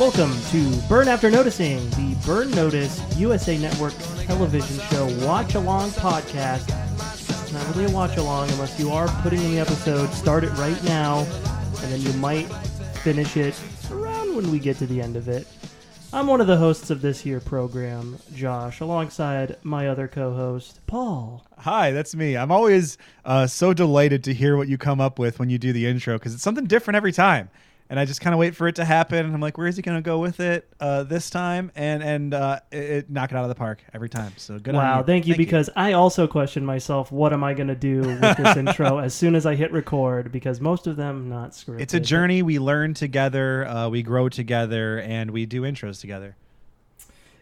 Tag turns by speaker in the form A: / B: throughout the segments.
A: Welcome to Burn After Noticing, the Burn Notice USA Network television show watch along podcast. It's not really a watch along unless you are putting in the episode, start it right now, and then you might finish it around when we get to the end of it. I'm one of the hosts of this here program, Josh, alongside my other co host, Paul.
B: Hi, that's me. I'm always uh, so delighted to hear what you come up with when you do the intro because it's something different every time. And I just kind of wait for it to happen. And I'm like, where is he going to go with it uh, this time? And and uh, it, it knock it out of the park every time. So good. on
A: Wow,
B: you.
A: thank you. because I also question myself, what am I going to do with this intro as soon as I hit record? Because most of them not scripted.
B: it's a journey. We learn together, uh, we grow together, and we do intros together.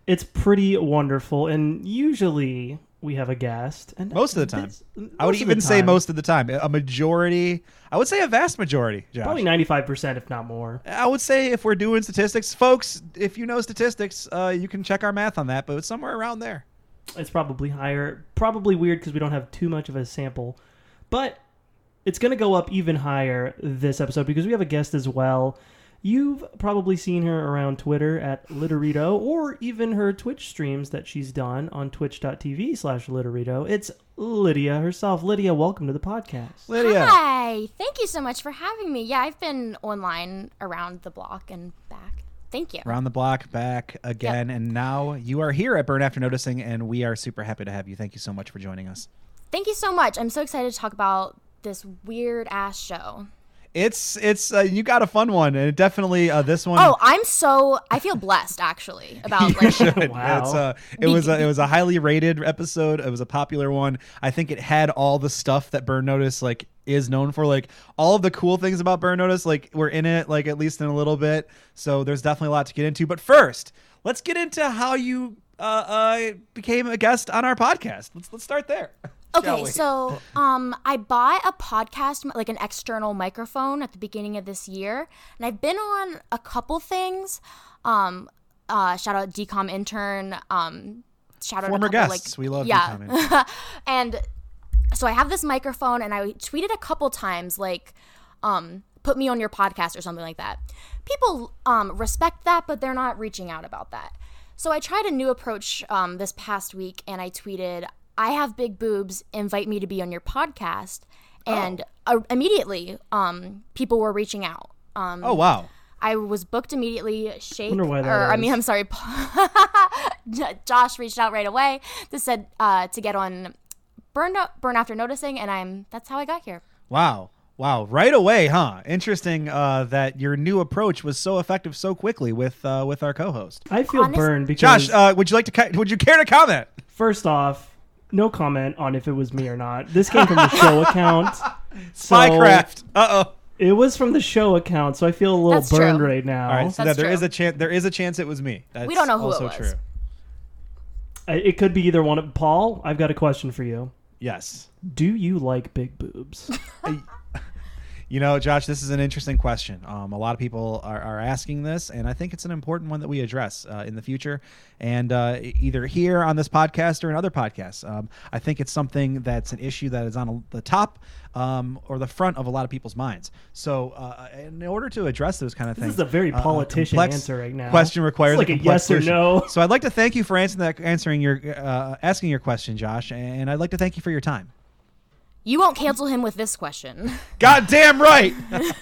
A: It's pretty wonderful, and usually we have a guest. And
B: Most of the time.
A: this-
B: I would
A: most of
B: even
A: the
B: say
A: time,
B: most of the time, a majority. I would say a vast majority. Josh.
A: probably ninety-five percent, if not more.
B: I would say if we're doing statistics, folks, if you know statistics, uh, you can check our math on that, but it's somewhere around there.
A: It's probably higher. Probably weird because we don't have too much of a sample, but it's going to go up even higher this episode because we have a guest as well. You've probably seen her around Twitter at Litterito or even her Twitch streams that she's done on twitch.tv slash Litterito. It's Lydia herself. Lydia, welcome to the podcast.
B: Lydia.
C: Hi. Thank you so much for having me. Yeah, I've been online around the block and back. Thank you.
B: Around the block, back again, and now you are here at Burn After Noticing, and we are super happy to have you. Thank you so much for joining us.
C: Thank you so much. I'm so excited to talk about this weird ass show.
B: It's it's uh, you got a fun one, and it definitely uh, this one.
C: Oh, I'm so I feel blessed actually about like
B: It-
A: Wow.
B: it's, uh, it was a, it was a highly rated episode. It was a popular one. I think it had all the stuff that Burn Notice like is known for. Like all of the cool things about Burn Notice, like we're in it, like at least in a little bit. So there's definitely a lot to get into. But first, let's get into how you uh, uh, became a guest on our podcast. Let's let's start there. shall
C: Okay,
B: we?
C: so um, I bought a podcast, mi- like an external microphone, at the beginning of this year, and I've been on a couple things. Um, uh, shout out DCOM intern. Um, shout out
B: Former
C: a couple,
B: guests.
C: Like,
B: We love
C: yeah.
B: DCOM
C: and so I have this microphone, and I tweeted a couple times, like, um, "Put me on your podcast" or something like that. People um, respect that, but they're not reaching out about that. So I tried a new approach um, this past week, and I tweeted, "I have big boobs. Invite me to be on your podcast."
B: Oh.
C: And uh, immediately, um, people were reaching out. Um,
B: Oh wow.
C: I was booked immediately. Shake,
A: Wonder why that
C: or I
A: is.
C: mean, I'm sorry. J- Josh reached out right away. This said uh, to get on burn burn after noticing, and I'm that's how I got here.
B: Wow. Wow. Right away, huh? Interesting uh, that your new approach was so effective so quickly with uh, with our co-host.
A: I feel
C: Honest-
A: burned because
B: Josh, uh, would you like to ca- would you care to comment?
A: first off, no comment on if it was me or not. This came from the show account. So
B: Spycraft.
C: Oh.
B: Uh-oh.
A: It was from the show account, so I feel a little
C: That's
A: burned
C: true.
A: right now.
B: All right, so
C: That's
B: there
C: true.
B: is a chance there is a chance it was me. That's
C: don't know who it
B: also
C: was.
B: true.
A: I- It could be either one. of- Paul, I've got a question for you.
B: Yes.
A: Do you like big boobs?
B: You know, Josh, this is an interesting question. Um, a lot of people are, are asking this, and I think it's an important one that we address uh, in the future, and uh, e- either here on this podcast or in other podcasts. Um, I think it's something that's an issue that is on a- the top um, or the front of a lot of people's minds. So, uh, in order to address those kind of
A: This
B: things,
A: is a very
B: uh,
A: politician
B: complex
A: answer right now.
B: Question requires
A: It's like a yes
B: complex
A: or
B: solution.
A: no.
B: So, I'd like to thank you for answering that, answering your, uh, asking your question, Josh, and I'd like to thank you for your time.
C: You won't cancel him with this question.
B: God damn right.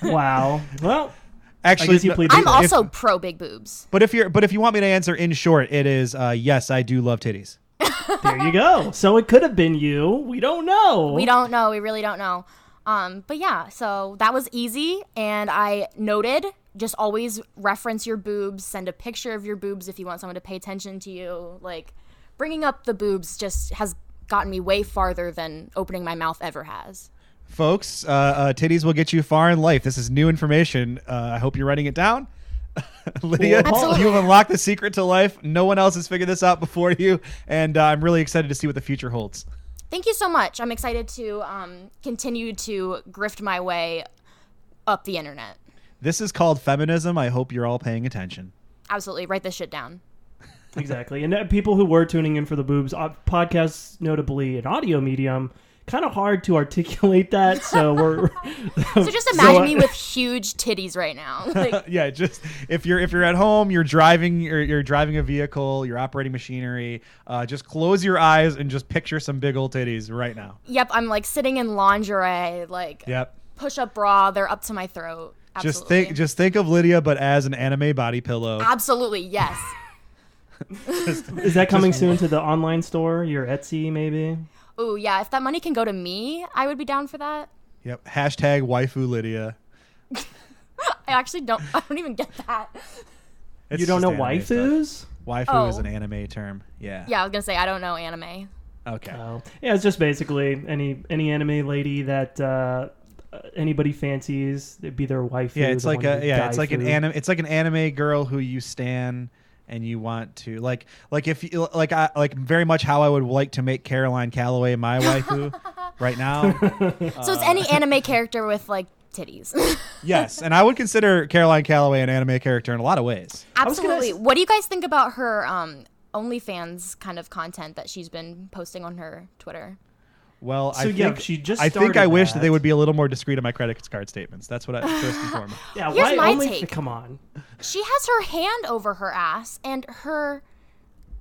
A: wow. Well,
B: Actually,
A: guess you
B: no-
A: played
C: I'm
A: If-
C: also pro big boobs.
B: But if you're but if you want me to answer in short, it is uh, yes, I do love titties.
A: there you go. So it could have been you. We don't know.
C: We don't know. We really don't know. Um, but yeah, so that was easy, and I noted. Just always reference your boobs. Send a picture of your boobs if you want someone to pay attention to you. Like bringing up the boobs just has gotten me way farther than opening my mouth ever has.
B: Folks, uh, uh, titties will get you far in life. This is new information. Uh, I hope you're writing it down. Lydia,
C: Absolutely.
B: you have unlocked the secret to life. No one else has figured this out before you, and uh, I'm really excited to see what the future holds.
C: Thank you so much. I'm excited to um, continue to grift my way up the internet.
B: This is called feminism. I hope you're all paying attention.
C: Absolutely, write this shit down.
A: Exactly. And uh, people who were tuning in for the boobs, uh, podcasts, notably an audio medium, kind of hard to articulate that. So we're uh,
C: So just imagine me with huge titties right now. Like,
B: yeah just if you're if you're at home you're driving you're, you're driving a vehicle you're operating machinery uh, just close your eyes and just picture some big old titties right now
C: yep, I'm like sitting in lingerie, like
B: yep
C: push up bra, they're up to my throat. Absolutely.
B: just think just think of lydia but as an anime body pillow
C: Absolutely, yes.
A: is that coming soon to the online store? Your Etsy maybe?
C: Oh yeah, if that money can go to me, I would be down for that.
B: yep hashtag waifu lydia
C: I actually don't I don't even get that.
B: It's
A: You don't
B: just
A: know
B: anime stuff.
A: waifus?
B: waifu
C: Oh.
B: is an anime term yeah
C: Yeah, I was gonna say I don't know anime.
B: okay
A: Oh, yeah. It's just basically any any anime lady that uh, anybody fancies. It'd be their waifu.
B: yeah it's
A: the
B: like
A: one
B: a
A: who
B: yeah it's
A: died
B: like an
A: through.
B: anime it's like an anime girl who you stan and you want to like like if you like i like very much how i would like to make caroline calloway my waifu right now
C: So it's any anime character with like titties.
B: yes and Uh. i would consider caroline calloway an anime character in a lot of ways
A: was gonna
C: Absolutely.
A: ask-
C: What do you guys think about her um OnlyFans kind of content that she's been posting on her Twitter?
B: well i
A: So, yeah,
B: think
A: she just
B: i think i
A: started
B: wish that they
A: that.
B: would be a little more discreet on my credit card statements that's what i first and foremost
A: Yeah,
C: Here's
A: why
C: my
A: only?
C: take.
A: Come on.
C: She has her hand over her ass and her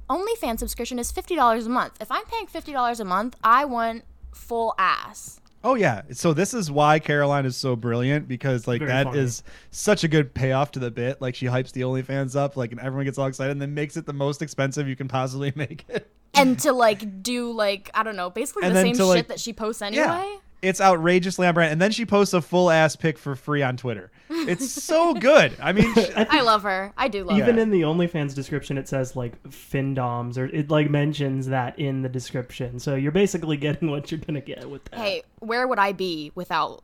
C: OnlyFans subscription is fifty dollars a month. If I'm paying fifty dollars a month, I want full ass.
B: Oh yeah. So this is why Caroline is so brilliant because like that
A: Very
B: is
A: funny.
B: such a good payoff to the bit. Like she hypes the OnlyFans up, like and everyone gets all excited and then makes it the most expensive you can possibly make it.
C: And to like do like I don't know, basically
B: And
C: the
B: then
C: same
B: to,
C: shit
B: like-
C: that she posts anyway.
B: It's outrageously on brand. And then she posts a full ass pic for free on Twitter. It's so good. I mean sh-
C: I love her. I do love
B: Yeah.
C: her.
A: Even in the OnlyFans description, it says like findoms, or it like mentions that in the description. So you're basically getting what you're gonna get with that.
C: Hey, where would I be without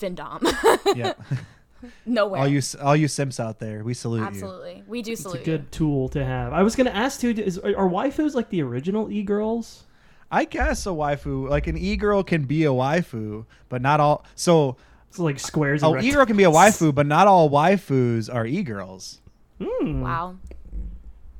C: Findom?
B: yeah.
C: Nowhere.
B: all you all you simps out there, we salute you.
C: Absolutely. We do
A: it's
C: salute
A: a
C: you.
A: good tool to have. I was gonna ask too: is, are, are waifus like the original e girls?
B: I guess a waifu like an e girl can be a waifu, but not all so
A: It's like squares.
B: Oh,
A: and
B: e girl can be a waifu, but not all waifus are e girls.
C: Wow.
A: rectangles.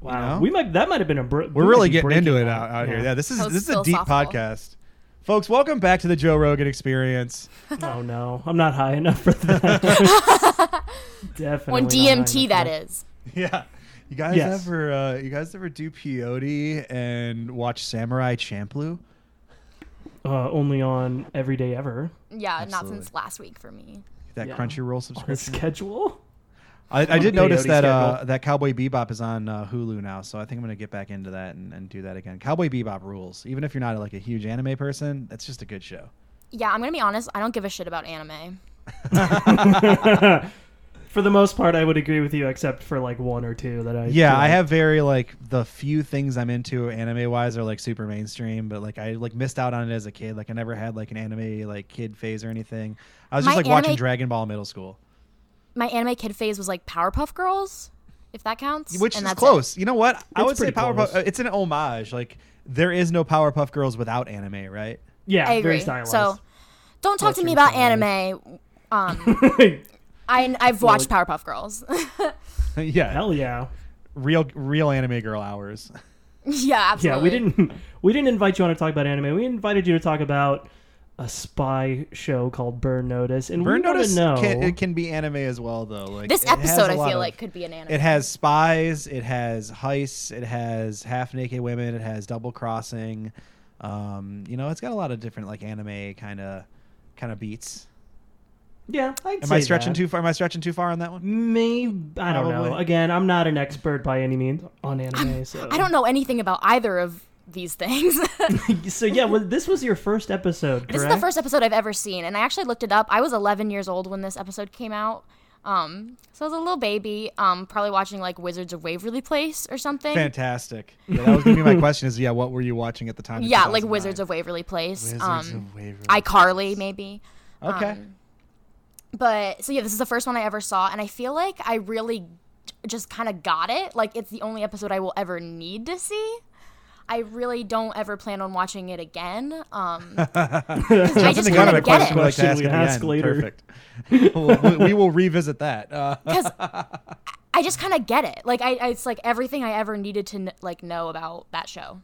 A: Wow,
B: know?
A: we might that might have been a. Br-
B: We're really getting into it out, out here. Yeah, this is
C: That was
B: this is a deep
C: philosophical.
B: podcast, folks. Welcome back to the Joe Rogan Experience.
A: oh no, I'm not high enough for that. Definitely
C: On DMT, that
A: that is.
C: is.
B: yeah, you guys
A: Yes.
B: ever uh, you guys ever do peyote and watch Samurai Champloo?
A: Uh, only on every day ever
C: Yeah,
B: Absolutely.
C: not since last week for me.
B: That
A: Yeah.
B: Crunchyroll
A: the
B: subscription.
A: schedule.
B: I, I did
A: Peyote
B: notice that uh,
A: schedule.
B: that Cowboy Bebop is on uh, Hulu now, so I think I'm gonna get back into that and, and do that again. Cowboy Bebop rules. Even if you're not like a huge anime person, that's just a good show.
C: Yeah, I'm going to be honest. I don't give a shit about anime.
A: For the most part, I would agree with you, except for like one or two that I.
B: Yeah,
A: feel
B: I
A: like-
B: have very like the few things I'm into anime wise are like super mainstream, but like I like missed out on it as a kid. Like I never had like an anime like kid phase or anything. I was just
C: My
B: like watching
C: anime-
B: Dragon Ball in middle school,
C: My anime kid phase was like Powerpuff Girls, if that counts.
B: which
C: and
B: is
C: that's it.
B: close. You know what? I
A: It's
B: would say
A: pretty
B: Powerpuff.
A: close.
B: uh, It's an homage. Like there is no Powerpuff Girls without anime, right?
A: Yeah,
C: I agree.
A: very stylized.
C: So don't talk to
A: Western
C: me about
A: stylized.
C: anime. Um, I, I've
A: Well,
C: watched Powerpuff Girls.
B: yeah,
A: hell yeah,
B: real real anime girl hours.
C: yeah, absolutely.
A: yeah. We didn't we didn't invite you on to talk about anime. We invited you to talk about a spy show called Burn Notice, and
B: Burn
A: we wanna
B: Notice
A: know.
B: can, it can be anime as well though. Like
C: This
B: it has
C: episode,
B: a
C: I
B: lot
C: feel
B: of-
C: like, could be an anime.
B: It has spies. It has heists. It has half naked women. It has double crossing. Um, you know, it's got a lot of different like anime kind of kind of beats.
A: yeah, I'd
B: Am
A: say
B: I stretching
A: that.
B: too far? Am I stretching too far on that one?
A: Maybe I don't know.
B: Probably.
A: Again, I'm not an expert by any means on anime, so
C: I don't know anything about either of these things.
A: So yeah, well, this was your first episode, correct?
C: This is the first episode I've ever seen, and I actually looked it up. I was 11 years old when this episode came out. Um, so I was a little baby, um, probably watching like Wizards of Waverly Place or something.
B: Fantastic. Yeah, that was gonna be my question. Is yeah, what were you watching at the time? in
C: yeah, like
B: 2009?
C: Wizards of Waverly Place.
B: Wizards
C: um,
B: of Waverly.
C: iCarly maybe.
B: Okay.
C: But so yeah, this is the first one I ever saw, and I feel like I really j- just kind of got it. Like it's the only episode I will ever need to see. I really don't ever plan on watching it again. Um, 'cause I just
B: Something kind
C: kind
B: of a
C: of get
B: question we
C: it.
B: like to
A: Question
B: ask,
A: we
B: at the
A: ask
B: end.
A: later.
B: Perfect. Well, we- we will revisit that. Uh,
C: I just kind of get it. Like I, I, it's like everything I ever needed to kn- like know about that show.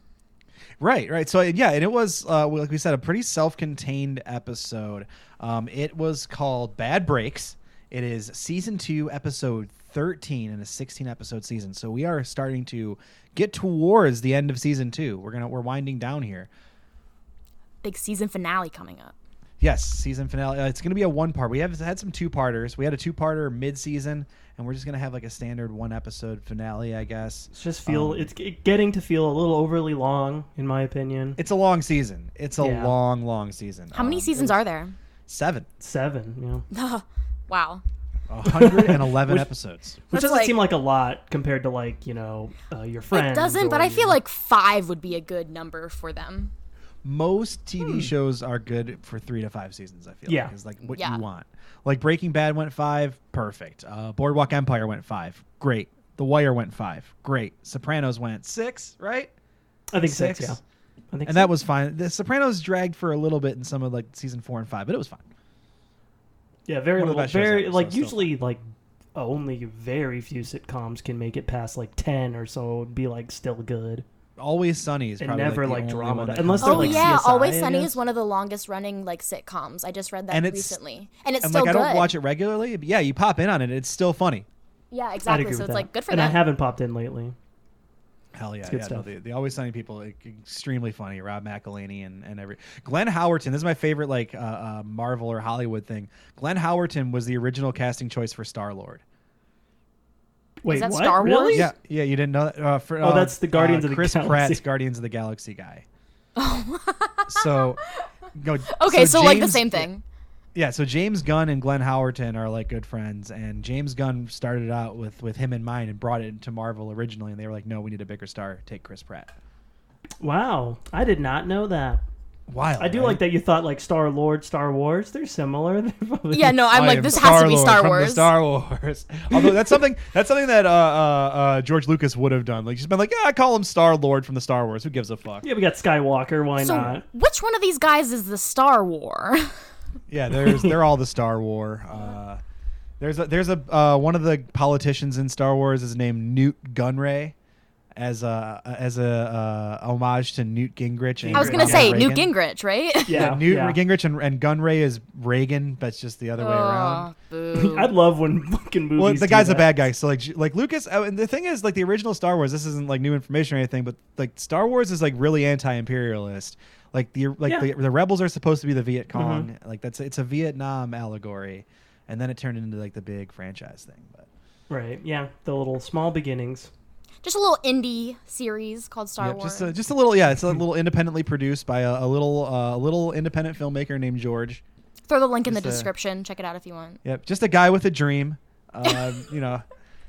B: Right, right. So yeah, and it was uh, well, like we said, a pretty self-contained episode. Um, it was called Bad Breaks. It is season two, episode thirteen, in a sixteen-episode season. So we are starting to get towards the end of season two. We're gonna we're winding down here.
C: Big season finale coming up.
B: Yes, season finale. Uh, it's going to be a one part. We have had some two parters. We had a two parter mid season, and we're just going to have like a standard one episode finale, I guess.
A: It's just feel
B: Um,
A: it's g- getting to feel a little overly long, in my opinion.
B: It's a long season. It's a
A: Yeah.
B: long, long season.
C: How many
B: Um,
C: seasons are there?
B: Seven.
A: Seven, you know, which
C: Wow.
B: 111
A: Which-
B: episodes.
C: That's
A: doesn't
C: like-
A: seem like a lot compared to like you know uh, your friends.
C: It doesn't, but
A: or
C: I feel
A: your-
C: like five would be a good number for them.
B: Most TV shows are good for three to five seasons, I feel
A: Hmm. Yeah.
B: like. Is like what
C: Yeah.
B: you want. Like Breaking Bad went five, perfect. Uh, Boardwalk Empire went five, great. The Wire went five, great. Sopranos went six, right?
A: I think six.
B: six.
A: Yeah, I think
B: and that was fine. The Sopranos dragged for a little bit in some of like season four and five, but it was fine.
A: yeah very
B: one of
A: little,
B: the best shows
A: very
B: ever, so
A: like
B: it's still
A: usually like only very few sitcoms can make it past like ten or so and be like still good.
B: Always Sunny is
A: And
B: probably
A: never,
B: the
A: like,
B: only
A: drama
B: one that
A: unless
B: comes
A: they're,
C: oh
B: up.
A: like,
C: yeah,
A: CSI,
C: Always
A: I
C: Sunny
A: guess.
C: is one of the longest running like sitcoms. I just read that
B: And it's-
C: recently, and it's
B: and
C: still
B: like I
C: good.
B: don't watch it regularly, but yeah, you pop in on it, it's still funny.
C: Yeah,
A: I'd
C: exactly.
A: agree
C: So
A: with
C: it's
A: that.
C: like good for
A: and
C: them.
A: I haven't popped in lately.
B: Hell yeah,
A: good
B: yeah. No,
A: stuff.
B: the, the Always Sunny people, like, extremely funny. Rob McElhaney and, and every Glenn Howerton. This is my favorite like uh, uh, Marvel or Hollywood thing. Glenn Howerton was the original casting choice for Star Lord.
A: Wait,
C: that
A: what?
C: Star Wars?
A: Really?
B: Yeah, yeah. You didn't know? That? Uh, for,
A: Oh,
B: uh,
A: that's the Guardians
B: uh,
A: of the
B: Chris
A: Galaxy. Oh.
B: Pratt's Guardians of the Galaxy guy. so, no,
C: okay, so, like the
B: James-
C: same thing.
B: Yeah, so James Gunn and Glenn Howerton are like good friends, and James Gunn started out with with him in mind and brought it to Marvel originally, and they were like, "No, we need a bigger star. Take Chris Pratt."
A: Wow, I did not know that.
B: Wild.
A: I do
B: right?
A: like that you thought like Star Lord, Star Wars. They're similar. They're probably-
C: Yeah, no, I'm
B: I
C: like
B: am
C: this has to be
B: Star-Lord
C: Star
B: from the
C: Wars.
B: Star Wars. Although that's something that's something that uh, uh, uh, George Lucas would have done. Like, just been like, "Yeah, I call him Star Lord from the Star Wars. Who gives a fuck?"
A: Yeah, we got Skywalker. Why
C: so
A: not?
C: which one of these guys is the Star War?
B: Yeah, there's they're all the Star War. Uh, there's a, there's a uh, one of the politicians in Star Wars is named Newt Gunray, as a as a uh, homage to Newt Gingrich. And
C: I was gonna
A: Gingrich.
B: Ronald
C: say
B: Reagan.
C: Newt Gingrich, right?
B: Yeah, Newt
A: yeah.
B: Gingrich and, and Gunray is Reagan, but it's just the other way around.
C: oh, boo.
A: I love when fucking movies.
B: Well, the
A: do
B: guy's a
A: that.
B: bad guy. So like j- like Lucas, oh, and the thing is like the original Star Wars. This isn't like new information or anything, but like Star Wars is like really anti-imperialist. Like the like
A: Yeah.
B: the, the rebels are supposed to be the Viet Cong. Like that's it's a Vietnam allegory, and then it turned into like the big franchise thing. But
A: Right. Yeah. The little small beginnings.
C: Just a little indie series called Star
B: yeah,
C: Wars.
B: just a, just a little yeah, it's a little independently produced by a, a little uh, a little independent filmmaker named George.
C: Throw the link in the
B: just a-
C: description. Check it out if you want.
B: Yep, just a guy with a dream. Um, you know,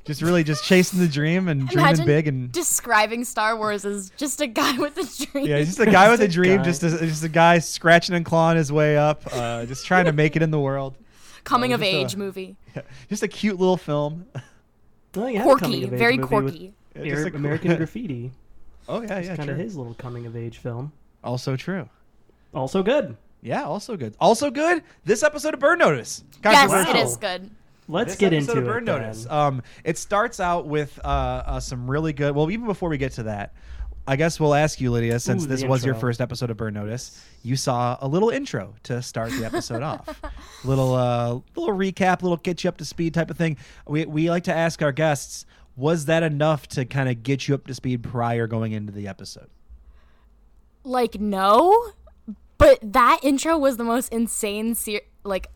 B: just really just chasing the dream and dreaming
C: Imagine
B: big and
C: describing Star Wars as just a guy with a dream.
B: Yeah, he's just a guy with a
A: Just a
B: dream,
A: guy.
B: just a, just a guy scratching and clawing his way up, uh, just trying to make it in the world.
C: coming
B: Oh,
C: of
B: just a-
C: age movie.
B: Just a cute little film.
A: Oh, yeah,
C: Quirky, very
A: quirky.
C: quirky.
B: Yeah, just a-
A: American Graffiti.
B: Oh yeah,
A: It's
B: yeah,
A: kind of
B: true.
A: his little coming of age film.
B: Also true.
A: Also good.
B: Yeah, also good. Also good. This episode of Bird Notice.
C: Yes,
A: Controversial.
C: it is good.
A: Let's
B: This
A: get
B: episode
A: into
B: of Burn
A: it.
B: Notice.
A: then.
B: Um, it starts out with uh, uh, some really good. Well, even before we get to that, I guess we'll ask you, Lydia, since
A: Ooh,
B: this
A: the
B: was your
A: intro.
B: first episode of Burn Notice, you saw a little intro to start the episode off, little uh, little recap, little get you up to speed type of thing. We we like to ask our guests, was that enough to kind of get you up to speed prior going into the episode?
C: Like no, but that intro was the most insane ser- like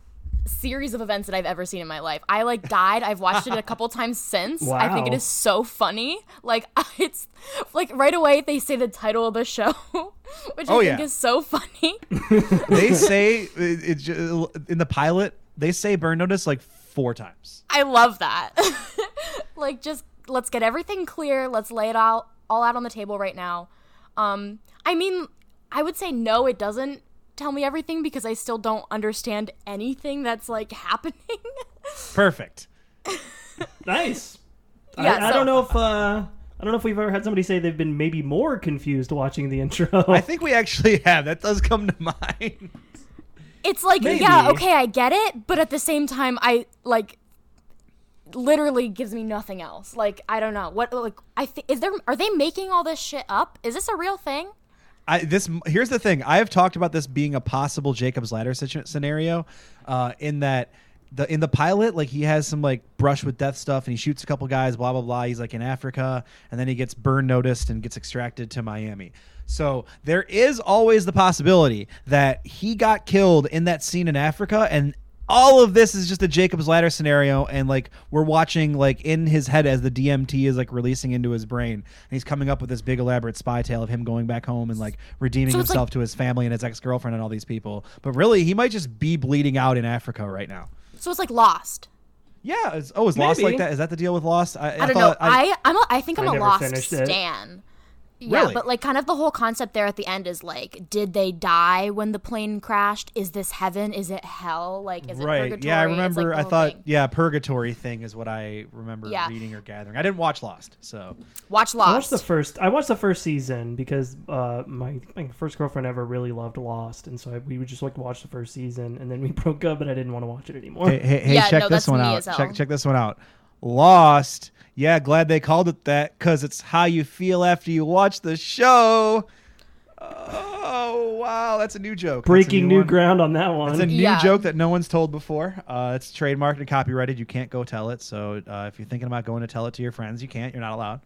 C: series of events that I've ever seen in my life. I like died. I've watched it a couple times since. I think it
A: Wow.
C: is so funny. Like it's like right away they say the title of the show, which
B: Oh,
C: I
B: yeah.
C: think is so funny.
B: they say it, it ju- in the pilot, they say Burn Notice like four times.
C: I love that. like just let's get everything clear. Let's lay it all all out on the table right now. Um I mean, I would say no it doesn't tell me everything because I still don't understand anything that's like happening.
B: Perfect.
A: Nice.
C: Yeah,
A: I, I
C: so-
A: don't know if uh, I don't know if we've ever had somebody say they've been maybe more confused watching the intro.
B: I think we actually have. That does come to mind.
C: it's like yeah, okay, I get it, but at the same time I like literally gives me nothing else. Like I don't know. What like I thi- is there are they making all this shit up? Is this a real thing?
B: I, this here's the thing. I have talked about this being a possible Jacob's Ladder situ- scenario, uh, in that the in the pilot, like he has some like brush with death stuff, and he shoots a couple guys, blah blah blah. He's like in Africa, and then he gets burn noticed and gets extracted to Miami. So there is always the possibility that he got killed in that scene in Africa, and all of this is just a Jacob's Ladder scenario, and like we're watching like in his head as the DMT is like releasing into his brain, and he's coming up with this big elaborate spy tale of him going back home and like redeeming
C: So it's
B: himself
C: like-
B: to his family and his ex girlfriend and all these people. But really, he might just be bleeding out in Africa right now.
C: So it's like Lost.
B: Yeah. Is, oh, is Lost
A: Maybe.
B: like that? Is that the deal with Lost? I,
C: I, don't know. I I'm a, I think
A: I
C: I'm am a
A: never
C: Lost
A: finished it.
C: stan. Yeah,
B: Really?
C: but like kind of the whole concept there at the end is like, did they die when the plane crashed? Is this heaven? Is it hell? Like, is it
B: right.
C: purgatory?
B: Yeah, I
C: It's, like, oh,
B: remember.
C: the
B: I
C: whole
B: thought
C: thing.
B: yeah, purgatory thing is what I remember
C: Yeah.
B: reading or gathering. I didn't watch Lost, so
C: Watch
A: I watched
C: Lost.
A: the first. I watched the first season because uh, my my first girlfriend ever really loved Lost, and so I, we would just like watch the first season, and then we broke up, and I didn't want to watch it anymore.
B: hey, hey, hey
C: Yeah,
B: check
C: no,
B: this
C: that's
B: one
C: me
B: out.
C: as hell.
B: Check check this one out. Lost. Yeah, glad they called it that because it's how you feel after you watch the show. Oh wow, that's a new joke. That's a
A: Breaking new
B: one.
A: ground on that one.
B: It's a new
C: Yeah.
B: joke that no one's told before. Uh, it's trademarked and copyrighted. You can't go tell it. So uh, if you're thinking about going to tell it to your friends, you can't. You're not allowed.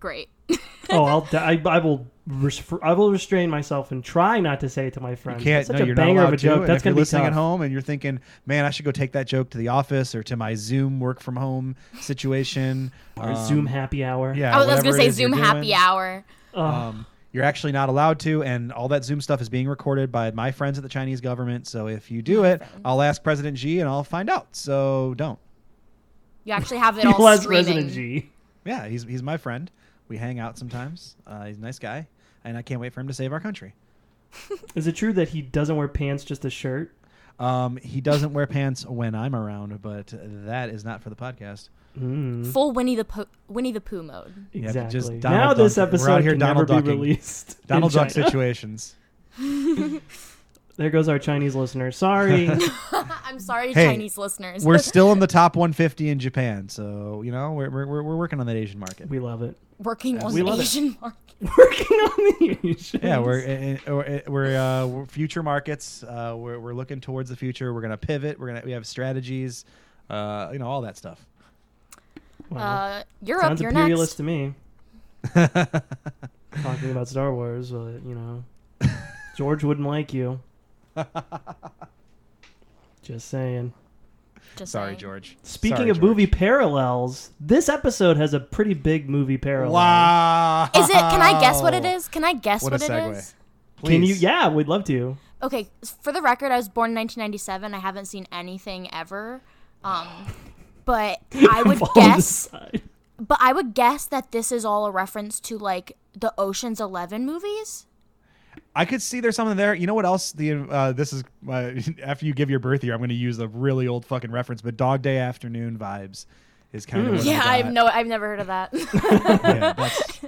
C: Great.
A: oh, I'll I, I will res- I will restrain myself and try not to say it to my friends.
B: You can't.
A: That's such
B: no,
A: a
B: you're not
A: banger
B: allowed
A: of a
B: to.
A: joke.
B: And
A: That's
B: if you're
A: gonna be
B: listening
A: tough.
B: at home and you're thinking, "Man, I should go take that joke to the office or to my Zoom work from home situation."
A: Or
B: Um,
A: Zoom happy hour.
B: Yeah.
C: Oh, I was, I was
B: whatever
C: gonna
B: it
C: say
B: is you're
C: Zoom happy
B: doing.
C: hour.
A: Ugh.
B: Um, you're actually not allowed to, and all that Zoom stuff is being recorded by my friends at the Chinese government. So if you do it, I'll ask President Xi and I'll find out. So don't.
C: You actually have it
A: You
C: all
A: lost
C: streaming.
A: Resident G.
B: Yeah, he's he's my friend. We hang out sometimes. Uh, he's a nice guy, and I can't wait for him to save our country.
A: Is it true that he doesn't wear pants, just a shirt?
B: Um, he doesn't wear pants when I'm around, but that is not for the podcast.
A: Mm,
C: Full Winnie the po- Winnie the Pooh mode.
B: Yeah, but
A: exactly.
B: just Donald
A: now this
B: Duck. We're out
A: episode
B: here
A: can
B: Donald
A: never
B: Ducking.
A: be released. in
B: Donald Duck
A: China.
B: situations.
A: There goes our Chinese listener. Sorry.
C: I'm sorry,
B: Hey,
C: Chinese listeners.
B: We're still in the top 150 in Japan, so you know we're we're, we're we're working on that Asian market.
A: we love it.
C: working on
A: we
C: the
A: love it.
C: Asian market.
A: Working on the Asians.
B: Yeah, we're eh, eh, or, eh, we're uh, we're future markets. Uh, we're we're looking towards the future. We're gonna pivot. We're gonna we have strategies. Uh, you know all that stuff.
A: Wow.
C: Uh, Europe,
A: Sounds
C: you're
A: imperialist
C: next.
A: to me. Talking about Star Wars, but you know, George wouldn't like you. Just saying.
C: Just
B: Sorry,
C: saying.
B: George.
A: Speaking
B: Sorry,
A: of
B: George.
A: movie parallels, this episode has a pretty big movie parallel.
B: Wow.
C: Is it? Can I guess what it is? Can I guess
B: What
C: what,
B: a
C: it is?
B: segue.
A: Can you?
B: Please.
A: Yeah, we'd love to.
C: Okay, s- for the record, I was born in 1997. I haven't seen anything ever. Um, but I would
A: Fall on the
C: guess,
A: side.
C: but I would guess that this is all a reference to like the Ocean's 11 movies.
B: I could see there's something there. You know what else? The uh, this is uh, after you give your birth year. I'm going to use a really old fucking reference, but Dog Day Afternoon vibes is kind of what
C: Hmm. Yeah,
B: I
C: I've
B: got.
C: no, I've never heard of that.
B: Yeah, that's-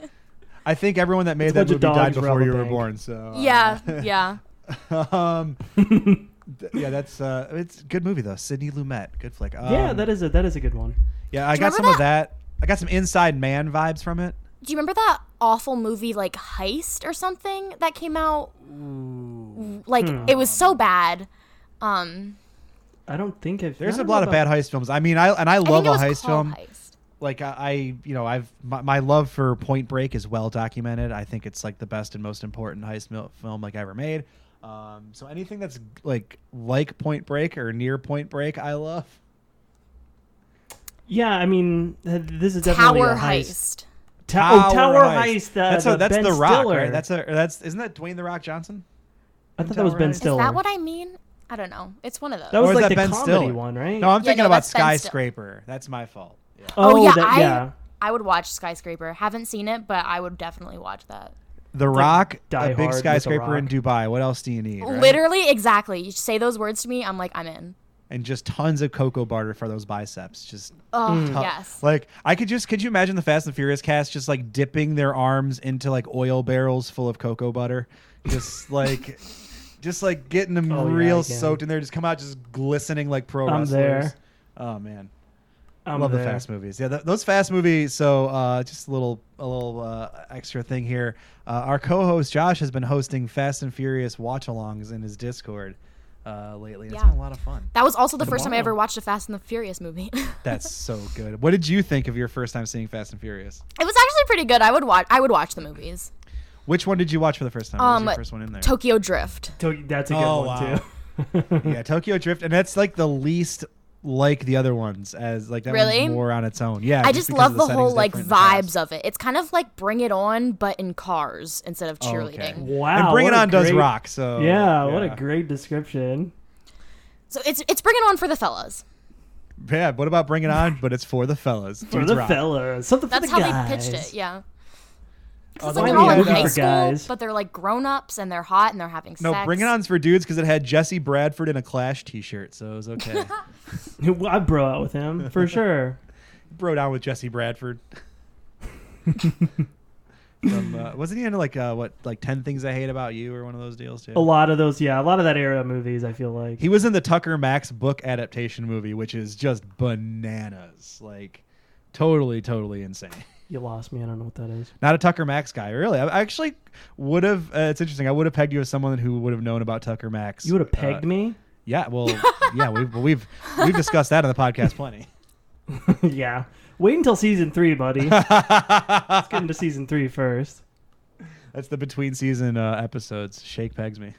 B: I think everyone that made
A: It's a
B: that
A: bunch
B: movie
A: of
B: died
A: dogs rob
B: before
A: a
B: you were
A: bank.
B: born. So uh,
C: yeah, yeah.
B: um, th- yeah, that's uh, it's a good movie though. Sidney Lumet, good flick. Um,
A: yeah, that is a that is a good one.
B: Yeah, I
C: Do you
B: got some
C: remember
B: of that. I got some Inside Man vibes from it.
C: Do you remember that awful movie like Heist or something that came out? Like it was so bad. Um,
A: I don't think I've.
B: There's
A: I
B: a
A: don't
B: lot
A: know
B: of bad
A: about-
B: heist films. I mean, I and I
C: I
B: love
C: think it
B: a
C: was
B: heist
C: called
B: film.
C: Heist.
B: Like I, I, you know, I've my, my love for Point Break is well documented. I think it's like the best and most important heist mil- film like ever made. Um, so anything that's like like Point Break or near Point Break, I love.
A: Yeah, I mean, th- this is definitely
C: Tower
A: a heist.
C: heist.
A: Ta- oh, Tower Heist. uh,
B: that's
A: the
B: a, that's
A: Ben
B: the Rock,
A: Stiller.
B: right? That's a that's isn't that Dwayne the Rock Johnson?
A: I thought that was
B: Tower
A: Ben
B: Heist. Is
A: Stiller.
C: Is that what I mean? I don't know. It's one of those.
A: That was
B: or is
A: like
B: that
A: the
B: Ben
A: comedy
B: Stiller
A: one, right?
B: No, I'm
C: Yeah,
B: thinking
C: no,
B: about
C: that's Ben Stiller.
B: Skyscraper. That's my fault. Yeah.
A: oh,
C: yeah,
A: that,
C: I-
A: yeah.
C: I would watch Skyscraper. Haven't seen it, but I would definitely watch that.
B: The Rock,
A: Die
B: a
A: Hard
B: big
A: with The
B: skyscraper in
A: Rock.
B: Dubai. What else do you need? right?
C: Literally, exactly. You say those words to me, I'm like, I'm in.
B: and just tons of cocoa barter for those biceps. Just
C: Oh
B: tu-
C: yes.
B: Like I could just could you imagine the Fast and Furious cast just like dipping their arms into like oil barrels full of cocoa butter, just like. Just like getting them
A: Oh, yeah,
B: real
A: again.
B: soaked in there, just come out just glistening like pro
A: I'm
B: wrestlers.
A: there.
B: Oh man,
A: I'm
B: love the
A: there.
B: fast movies. Yeah, th- those fast movies. So uh, just a little, a little uh, extra thing here. Uh, our co-host Josh has been hosting Fast and Furious watch-alongs in his Discord uh, lately. It's
C: Yeah.
B: been a lot of fun.
C: That was also the first time I
A: Wow.
C: ever watched a Fast and the Furious movie. it
B: That's so good. What did you think of your first time seeing Fast and Furious?
C: was actually pretty good. I would watch. I would watch the movies.
B: Which one did you watch for the first time? What was
C: Um,
B: your first one in there?
C: Tokyo Drift.
A: To- That's a good
B: Oh,
A: one
B: wow.
A: too.
B: yeah, Tokyo Drift, and that's like the least like the other ones as like that
C: Really?
B: one's more on its own. Yeah,
C: I just
B: because
C: love
B: of
C: the,
B: setting's
C: whole like
B: different and the
C: vibes of it. It's kind of like Bring It On, but in cars instead of
B: Oh, okay.
C: cheerleading.
A: Wow.
B: and Bring It
A: what a
B: On does
A: great-
B: rock. Oh, So
A: yeah, what a great description.
C: So it's it's Bring It On for the fellas.
B: yeah. What about Bring It On? But it's for the fellas.
A: For
B: Dudes
A: the
B: rock.
A: fellas. Something
C: That's
A: for
C: how
A: the
C: they
A: guys.
C: pitched it. Yeah. 'Cause
B: Although we
C: like they're all in
B: had, uh,
C: high
A: for
C: school,
A: guys.
C: but they're like grown ups and they're hot and they're having
B: No,
C: sex.
B: Bring It On's for dudes because it had Jesse Bradford in a Clash T-shirt, so it was okay.
A: Well, I bro out with him for sure.
B: Bro down with Jesse Bradford. From, uh, wasn't he into like uh, what like ten things I hate about you or one of those deals too?
A: A lot of those, yeah, a lot of that era movies. I feel like
B: He was in the Tucker Max book adaptation movie, which is just bananas. Like, totally, totally insane.
A: you lost me. I don't know what that is.
B: Not a Tucker Max guy, really. I I actually would have. Uh, it's interesting. I would have pegged you as someone who would have known about Tucker Max.
A: You would have
B: Uh,
A: pegged me.
B: Yeah. Well. yeah. We've we've we've discussed that on the podcast plenty.
A: yeah. Wait until season three, buddy. Let's get into season three first.
B: That's the between season uh, episodes. Shake pegs me.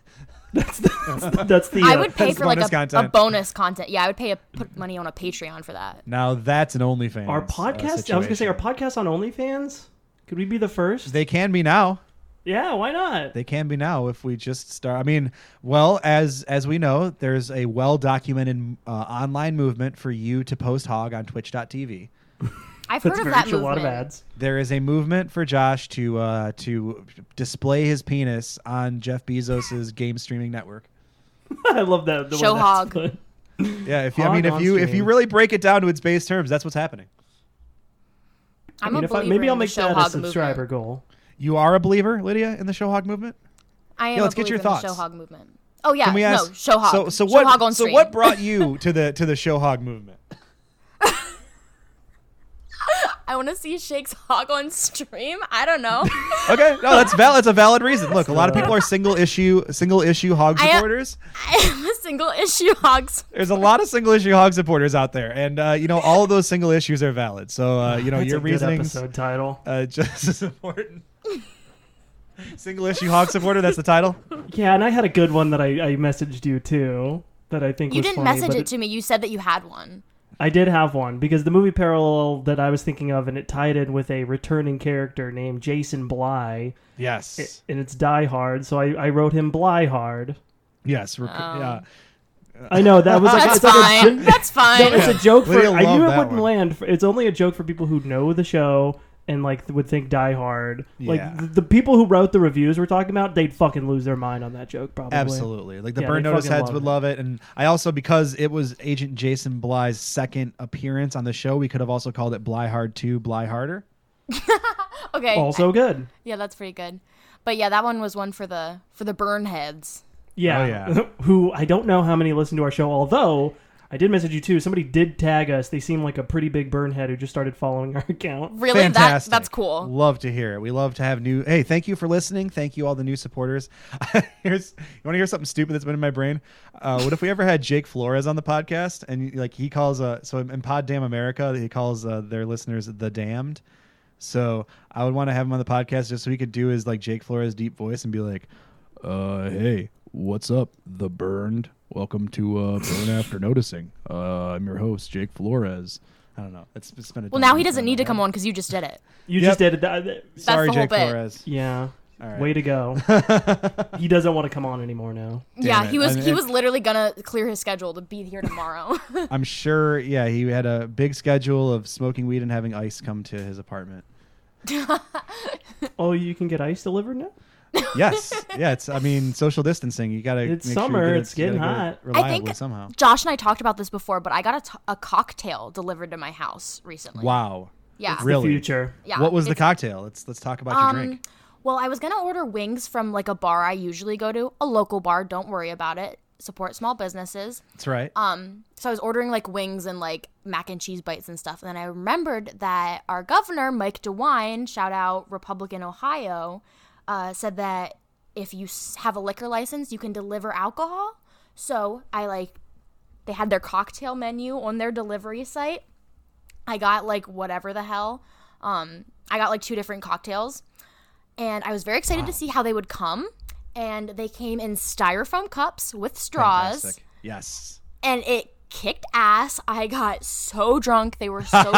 A: That's the. That's the
C: I
A: uh,
C: would pay
B: That's
C: for like
B: bonus
C: a, a
B: content.
C: bonus content. Yeah, I would pay a, put money on a Patreon for that.
B: Now that's an OnlyFans.
A: Our
B: uh,
A: podcast. I was gonna say our
B: situation.
A: podcast on OnlyFans. Could we be the first?
B: They can be now.
A: yeah. Why not?
B: They can be now if we just start. I mean, well, as as we know, there's a well documented uh, online movement for you to post hog on Twitch.tv.
C: I've
A: that's
C: heard
A: very
C: of that
A: true. A lot of
C: movement.
A: ads.
B: There is a movement for Josh to uh, to display his penis on Jeff Bezos's game streaming network.
A: I love that. The
C: Show
A: one that's
C: hog.
A: put-
B: Yeah, if you, I
A: Hog
B: mean, if
A: on
B: you if you
A: stream.
B: really break it down to its base terms, that's what's happening.
A: I
C: I'm
A: mean,
C: a
A: if I,
C: believer
A: maybe I'll
C: in the
A: make
C: show
A: that a
C: hog
A: subscriber
C: movement.
A: goal.
B: You are a believer, Lydia, in the show hog movement.
C: I am
B: Yeah,
C: a
B: let's get your
C: believer in the
B: thoughts.
C: show hog movement. Oh yeah,
B: Can we ask?
C: no show hog.
B: So, so
C: Show
B: what?
C: hog on
B: so
C: stream.
B: what brought you to the to the show hog movement?
C: I want to see Shake's hog on stream. I don't know.
B: Okay, no, that's val- that's a valid reason. Look, a lot of people are single issue single issue hog
C: I, uh,
B: supporters.
C: I am a single issue hogs.
B: There's a lot of single issue hog supporters out there, and uh, you know all of those single issues are valid. So uh, you know
A: That's
B: your
A: a good
B: reasoning
A: episode title.
B: uh, just as important. single issue hog supporter. That's the title.
A: Yeah, and I had a good one that I, I messaged you too. That I think
C: You
A: was
C: didn't
A: funny,
C: message
A: but
C: it, to me. You said that you had one.
A: I did have one because the movie parallel that I was thinking of, and it tied in with a returning character named Jason Bly,
B: Yes.
A: i- and it's Die Hard. So I, I wrote him Bly Hard.
B: yes. Rep-
C: Oh.
B: yeah.
A: I know that was like
C: That's
A: it's like a
C: fine.
A: jo-
C: That's fine.
A: no, it's a joke for
B: Lydia
A: I
B: loved
A: knew it
B: that
A: wouldn't
B: one.
A: land. For, it's only a joke for people who know the show and like would think Die Hard.
B: Yeah.
A: Like the, the people who wrote the reviews we're talking about, they'd fucking lose their mind on that joke probably.
B: Absolutely. Like the
A: Yeah,
B: Burn
A: they
B: Notice
A: fucking
B: heads
A: love
B: would
A: it.
B: love it. And I also, because it was Agent Jason Bly's second appearance on the show, we could have also called it Bly Hard 2, Bly Harder.
C: Okay.
A: Also good.
C: Yeah, that's pretty good. But yeah, that one was one for the for the burn heads.
A: Yeah.
B: Oh, yeah.
A: Who I don't know how many listen to our show, although I did message you too. Somebody did tag us. They seem like a pretty big burn head who just started following our account.
C: Really,
B: Fantastic.
C: that that's cool.
B: Love to hear it. We love to have new. Hey, thank you for listening. Thank you, all the new supporters. Here's you want to hear something stupid that's been in my brain. Uh, what if we ever had Jake Flores on the podcast and like he calls uh so in Pod Dam America he calls uh, their listeners the damned. So I would want to have him on the podcast just so he could do his like Jake Flores deep voice and be like,
D: Uh, hey, what's up, the burned? Welcome to uh, Burn After Noticing. Uh, I'm your host, Jake Flores.
B: I don't know. It's, it's been a
C: Well, now he doesn't need to come on because you just did it.
A: You
B: Yep.
A: just did that.
B: Sorry,
C: the whole
B: Jake
C: bit.
B: Flores.
A: Yeah.
B: All right.
A: Way to go. he doesn't want to come on anymore now.
C: yeah,
B: it.
C: he was
B: I mean,
C: he
B: it-
C: was literally gonna clear his schedule to be here tomorrow.
B: I'm sure. Yeah, he had a big schedule of smoking weed and having ice come to his apartment.
A: Oh, you can get ice delivered now?
B: Yes. Yeah. It's. I mean, social distancing. You gotta.
A: It's
B: make
A: summer,
B: Sure you get it-
A: it's
B: you gotta
A: getting
B: get it
A: hot.
C: I
B: Reliably
C: think
B: somehow.
C: Josh and I talked about this before, but I got a, t- a cocktail delivered to my house recently.
B: Wow.
C: Yeah.
A: The
B: Really.
A: future.
C: Yeah.
B: What was the
C: it's- um,
B: cocktail? Let's let's talk about your drink.
C: Well, I was gonna order wings from like a bar I usually go to, a local bar. Don't worry about it. support small businesses.
B: That's right.
C: Um, so I was ordering like wings and like mac and cheese bites and stuff. And then I remembered that our governor, Mike DeWine, shout out Republican Ohio, uh, said that if you s- have a liquor license, you can deliver alcohol. So I like, they had their cocktail menu on their delivery site. I got like whatever the hell. Um, I got like two different cocktails. And I was very excited to see how they would come. And they came in styrofoam cups with straws
B: Fantastic. Yes.
C: and it kicked ass. I got so drunk. They were so strong.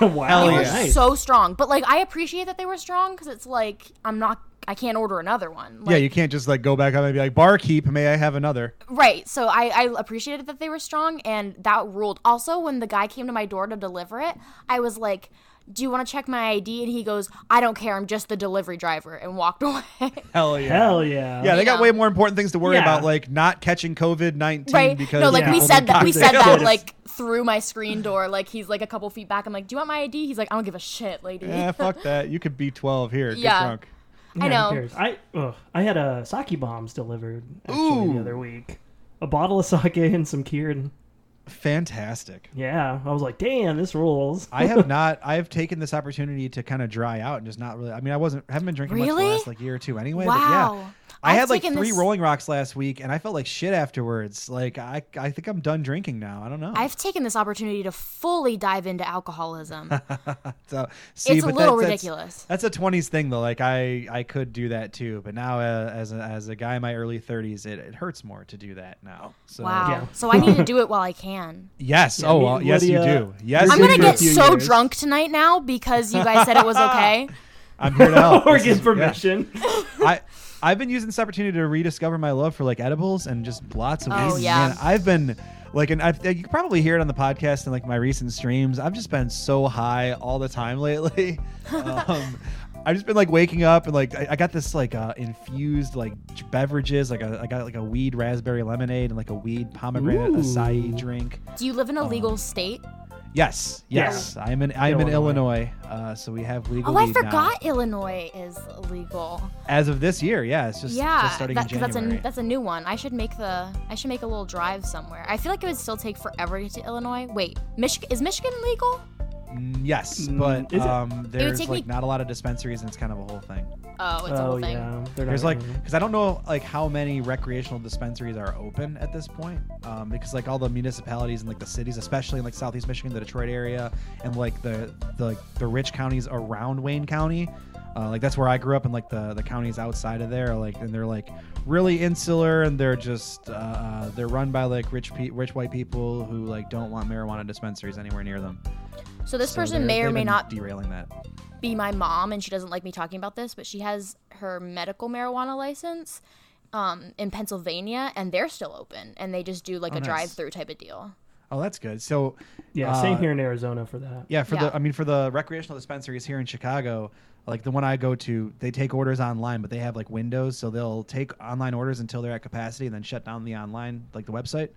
A: wow.
B: Hell
C: they were
B: yeah.
A: Nice.
C: so strong. But like I appreciate that they were strong because it's like I'm not I can't order another one. Like,
B: yeah, you can't just like go back up and be like, barkeep, may I have another?
C: Right. So I, I appreciated that they were strong and that ruled. Also, when the guy came to my door to deliver it, I was like, Do you want to check my ID? And he goes, I don't care. I'm just the delivery driver and walked away.
B: Hell yeah.
A: Hell yeah.
B: Yeah, they got
C: Yeah.
B: way more important things to worry
A: Yeah.
B: about, like not catching COVID nineteen
C: right.
B: because
C: no, like
A: Yeah.
C: we
B: people
C: said
B: don't
C: that we
B: cock
C: said
B: their
C: that
B: shit.
C: like through my screen door. Like he's like a couple feet back. I'm like, Do you want my ID? He's like, I don't give a shit, lady.
B: Yeah, fuck that. You could be twelve here. Get
C: Yeah.
B: drunk.
A: Yeah,
C: I
A: who
C: know.
A: cares? I ugh, I had a sake bombs delivered actually
B: Ooh.
A: the other week. A bottle of sake and some Kieran.
B: Fantastic.
A: Yeah, I was like, damn, this rules.
B: I have not. I have taken this opportunity to kind of dry out and just not really. I mean, I wasn't. Haven't been drinking much the
C: Really?
B: last like year or two anyway. But yeah,
C: Wow.
B: I
C: I've
B: had like
C: taken
B: three
C: this-
B: Rolling Rocks last week, and I felt like shit afterwards. Like I, I think I'm done drinking now. I don't know.
C: I've taken this opportunity to fully dive into alcoholism.
B: so see,
C: it's a
B: but
C: little
B: that's- that's-
C: ridiculous.
B: That's a 20s thing though. Like I, I could do that too, but now uh, as a, as a guy in my early 30s, it, it hurts more to do that now. So
C: wow.
A: Yeah.
C: So I need to do it while I can.
B: Yes.
A: Yeah,
B: oh,
A: me
B: well,
A: and
B: yes, you
A: Lydia-
B: do. Yes,
A: We're
C: I'm
B: you
A: good for
C: gonna
B: do.
A: a
C: get
A: few
C: so
A: years.
C: drunk tonight now because you guys said it was okay.
B: I'm here to help.
A: or
B: This is-
A: give
B: yeah.
A: permission.
C: Oh,
B: I I've been using this opportunity to rediscover my love for like edibles and just lots of
C: Oh,
B: weed.
C: yeah.
B: Man, I've been like, and I've, you can probably hear it on the podcast and like my recent streams. I've just been so high all the time lately. um, I've just been like waking up and like I, I got this like uh, infused like j- beverages. Like a, I got like a weed raspberry lemonade and like a weed pomegranate
A: Ooh.
B: acai drink.
C: Do you
B: Oh.
C: live in a legal state?
B: Yes, yes. I'm in I'm in Illinois,
A: Illinois.
B: uh, so we have legal.
C: Oh, I
B: weed now.
C: forgot Illinois is legal.
B: As of this year, yeah, it's just
C: yeah,
B: just starting
C: that-
B: in
C: 'cause that's a
B: January.
C: n- that's a new one. I should make the I should make a little drive somewhere. I feel like it would still take forever to get to Illinois. Wait, Michigan is Michigan legal?
B: Mm, Yes,
A: Mm,
B: but
A: is it?
B: um, there's
C: take
B: like
C: me-
B: not a lot of dispensaries, and it's kind of a whole thing.
C: Oh, it's a
A: oh
C: whole thing.
A: yeah, they're not
B: There's like,
A: gonna-
B: because I don't know like how many recreational dispensaries are open at this point, um, because like all the municipalities and like the cities, especially in like Southeast Michigan, the Detroit area, and like the the the rich counties around Wayne County, uh, like that's where I grew up, and like the the counties outside of there, are, like and they're like really insular, and they're just uh, uh, they're run by like rich pe- rich white people who like don't want marijuana dispensaries anywhere near them.
C: So this
B: So
C: person
B: they're-
C: may or
B: they've
C: may
B: been
C: not
B: derailing that.
C: be my mom and she doesn't like me talking about this, but she has her medical marijuana license um, in Pennsylvania and they're still open and they just do like
B: Oh,
C: a
B: nice.
C: drive through type of deal.
B: Oh, that's good. So,
A: yeah,
B: uh,
A: same here in Arizona for that.
B: Yeah, for
C: Yeah.
B: the I mean for the recreational dispensaries here in Chicago, like the one I go to, they take orders online, but they have like windows, so they'll take online orders until they're at capacity and then shut down the online like the website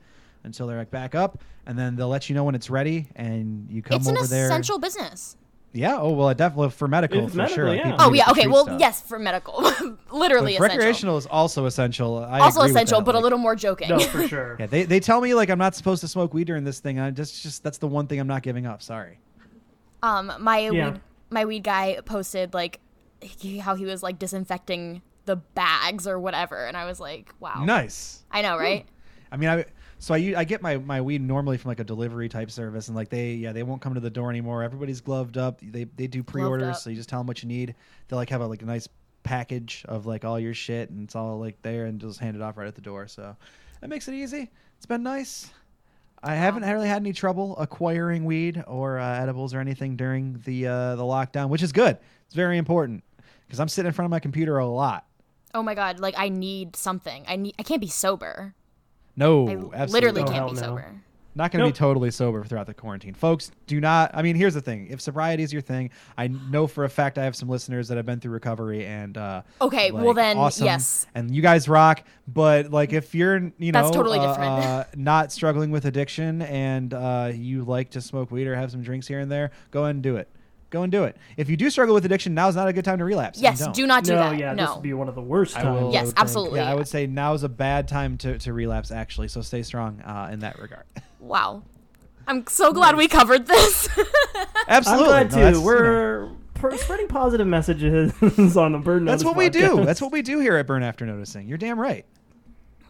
B: until they're like back up and then they'll let you know when it's ready and you come
C: it's an
B: over there.
C: essential business.
B: Yeah, oh well, it definitely for medical
A: It's
B: for
A: medical,
B: sure. like,
A: yeah.
B: people
C: Oh
B: need
C: yeah,
B: to
C: okay.
B: treat
C: Well,
B: stuff.
C: yes, for medical.
B: But
C: Literally essential.
B: recreational is also essential. I
C: also
B: agree with
C: essential,
B: that,
C: but
B: like-
C: a little more joking.
A: No, for sure.
B: Yeah, they, they tell me like I'm not supposed to smoke weed during this thing. I just just that's the one thing I'm not giving up. Sorry.
C: um my
A: Yeah.
C: weed, my weed guy posted like he, how he was like disinfecting the bags or whatever and I was like, wow.
B: Nice.
C: I know, right?
B: I mean, I so I u- I get my my weed normally from like a delivery type service, and like they yeah they won't come to the door anymore. Everybody's gloved up. They they do pre
C: up.
B: orders, so you just tell them what you need. They like have a like a nice package of like all your shit, and it's all like there, and just hand it off right at the door. So that makes it easy. It's been nice. I haven't really had any trouble acquiring weed or uh, edibles or anything during the uh, the lockdown, which is good. It's very important because I'm sitting in front of my computer a lot.
C: Oh my god, like I need something. I need I can't be sober.
B: No,
C: I
B: absolutely
C: literally
A: Oh,
C: can't
A: hell
C: be
A: no.
C: sober.
B: Not going to
A: Nope.
B: be totally sober throughout the quarantine. Folks, do not. I mean, here's the thing. If sobriety is your thing, I know for a fact I have some listeners that have been through recovery and. Uh,
C: Okay, well then, yes.
B: And you guys rock. But, like, if you're, you know,
C: That's totally
B: uh,
C: different.
B: uh, not struggling with addiction and uh, you like to smoke weed or have some drinks here and there, go ahead and do it. Go and do it. If you do struggle with addiction, now is not a good time to relapse. and
C: Yes,
B: don't.
C: do not do
A: no,
C: that.
A: yeah, this
C: no.
A: would be one of the worst
B: I
A: times.
B: will-
A: I
C: Yes,
A: would think.
C: absolutely.
B: Yeah, I would say now's a bad time to, to relapse, actually. So stay strong uh, in that regard.
C: wow. I'm so glad we covered this.
B: Absolutely.
A: I'm
B: No,
A: glad
B: that's,
A: too.
B: you know,
A: We're pr- spreading positive messages on the Burn
B: that's
A: Notice
B: what we do.
A: podcast.
B: That's what we do here at Burn After Noticing. You're damn right.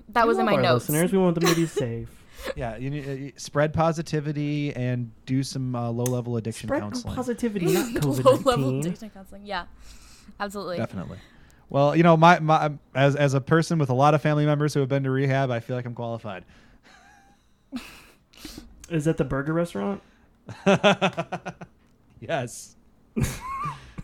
C: that was in
A: We
C: my
A: want our
C: notes.
A: listeners. We want them to be safe.
B: Yeah, you, need- uh, you spread positivity and do some uh, low-level addiction
A: Spread
B: counseling.
A: positivity, not COVID
C: Low-level
A: nineteen.
C: addiction counseling. Yeah, absolutely.
B: Definitely. Well, you know, my, my as as a person with a lot of family members who have been to rehab, I feel like I'm qualified.
A: Is that the burger restaurant?
B: yes.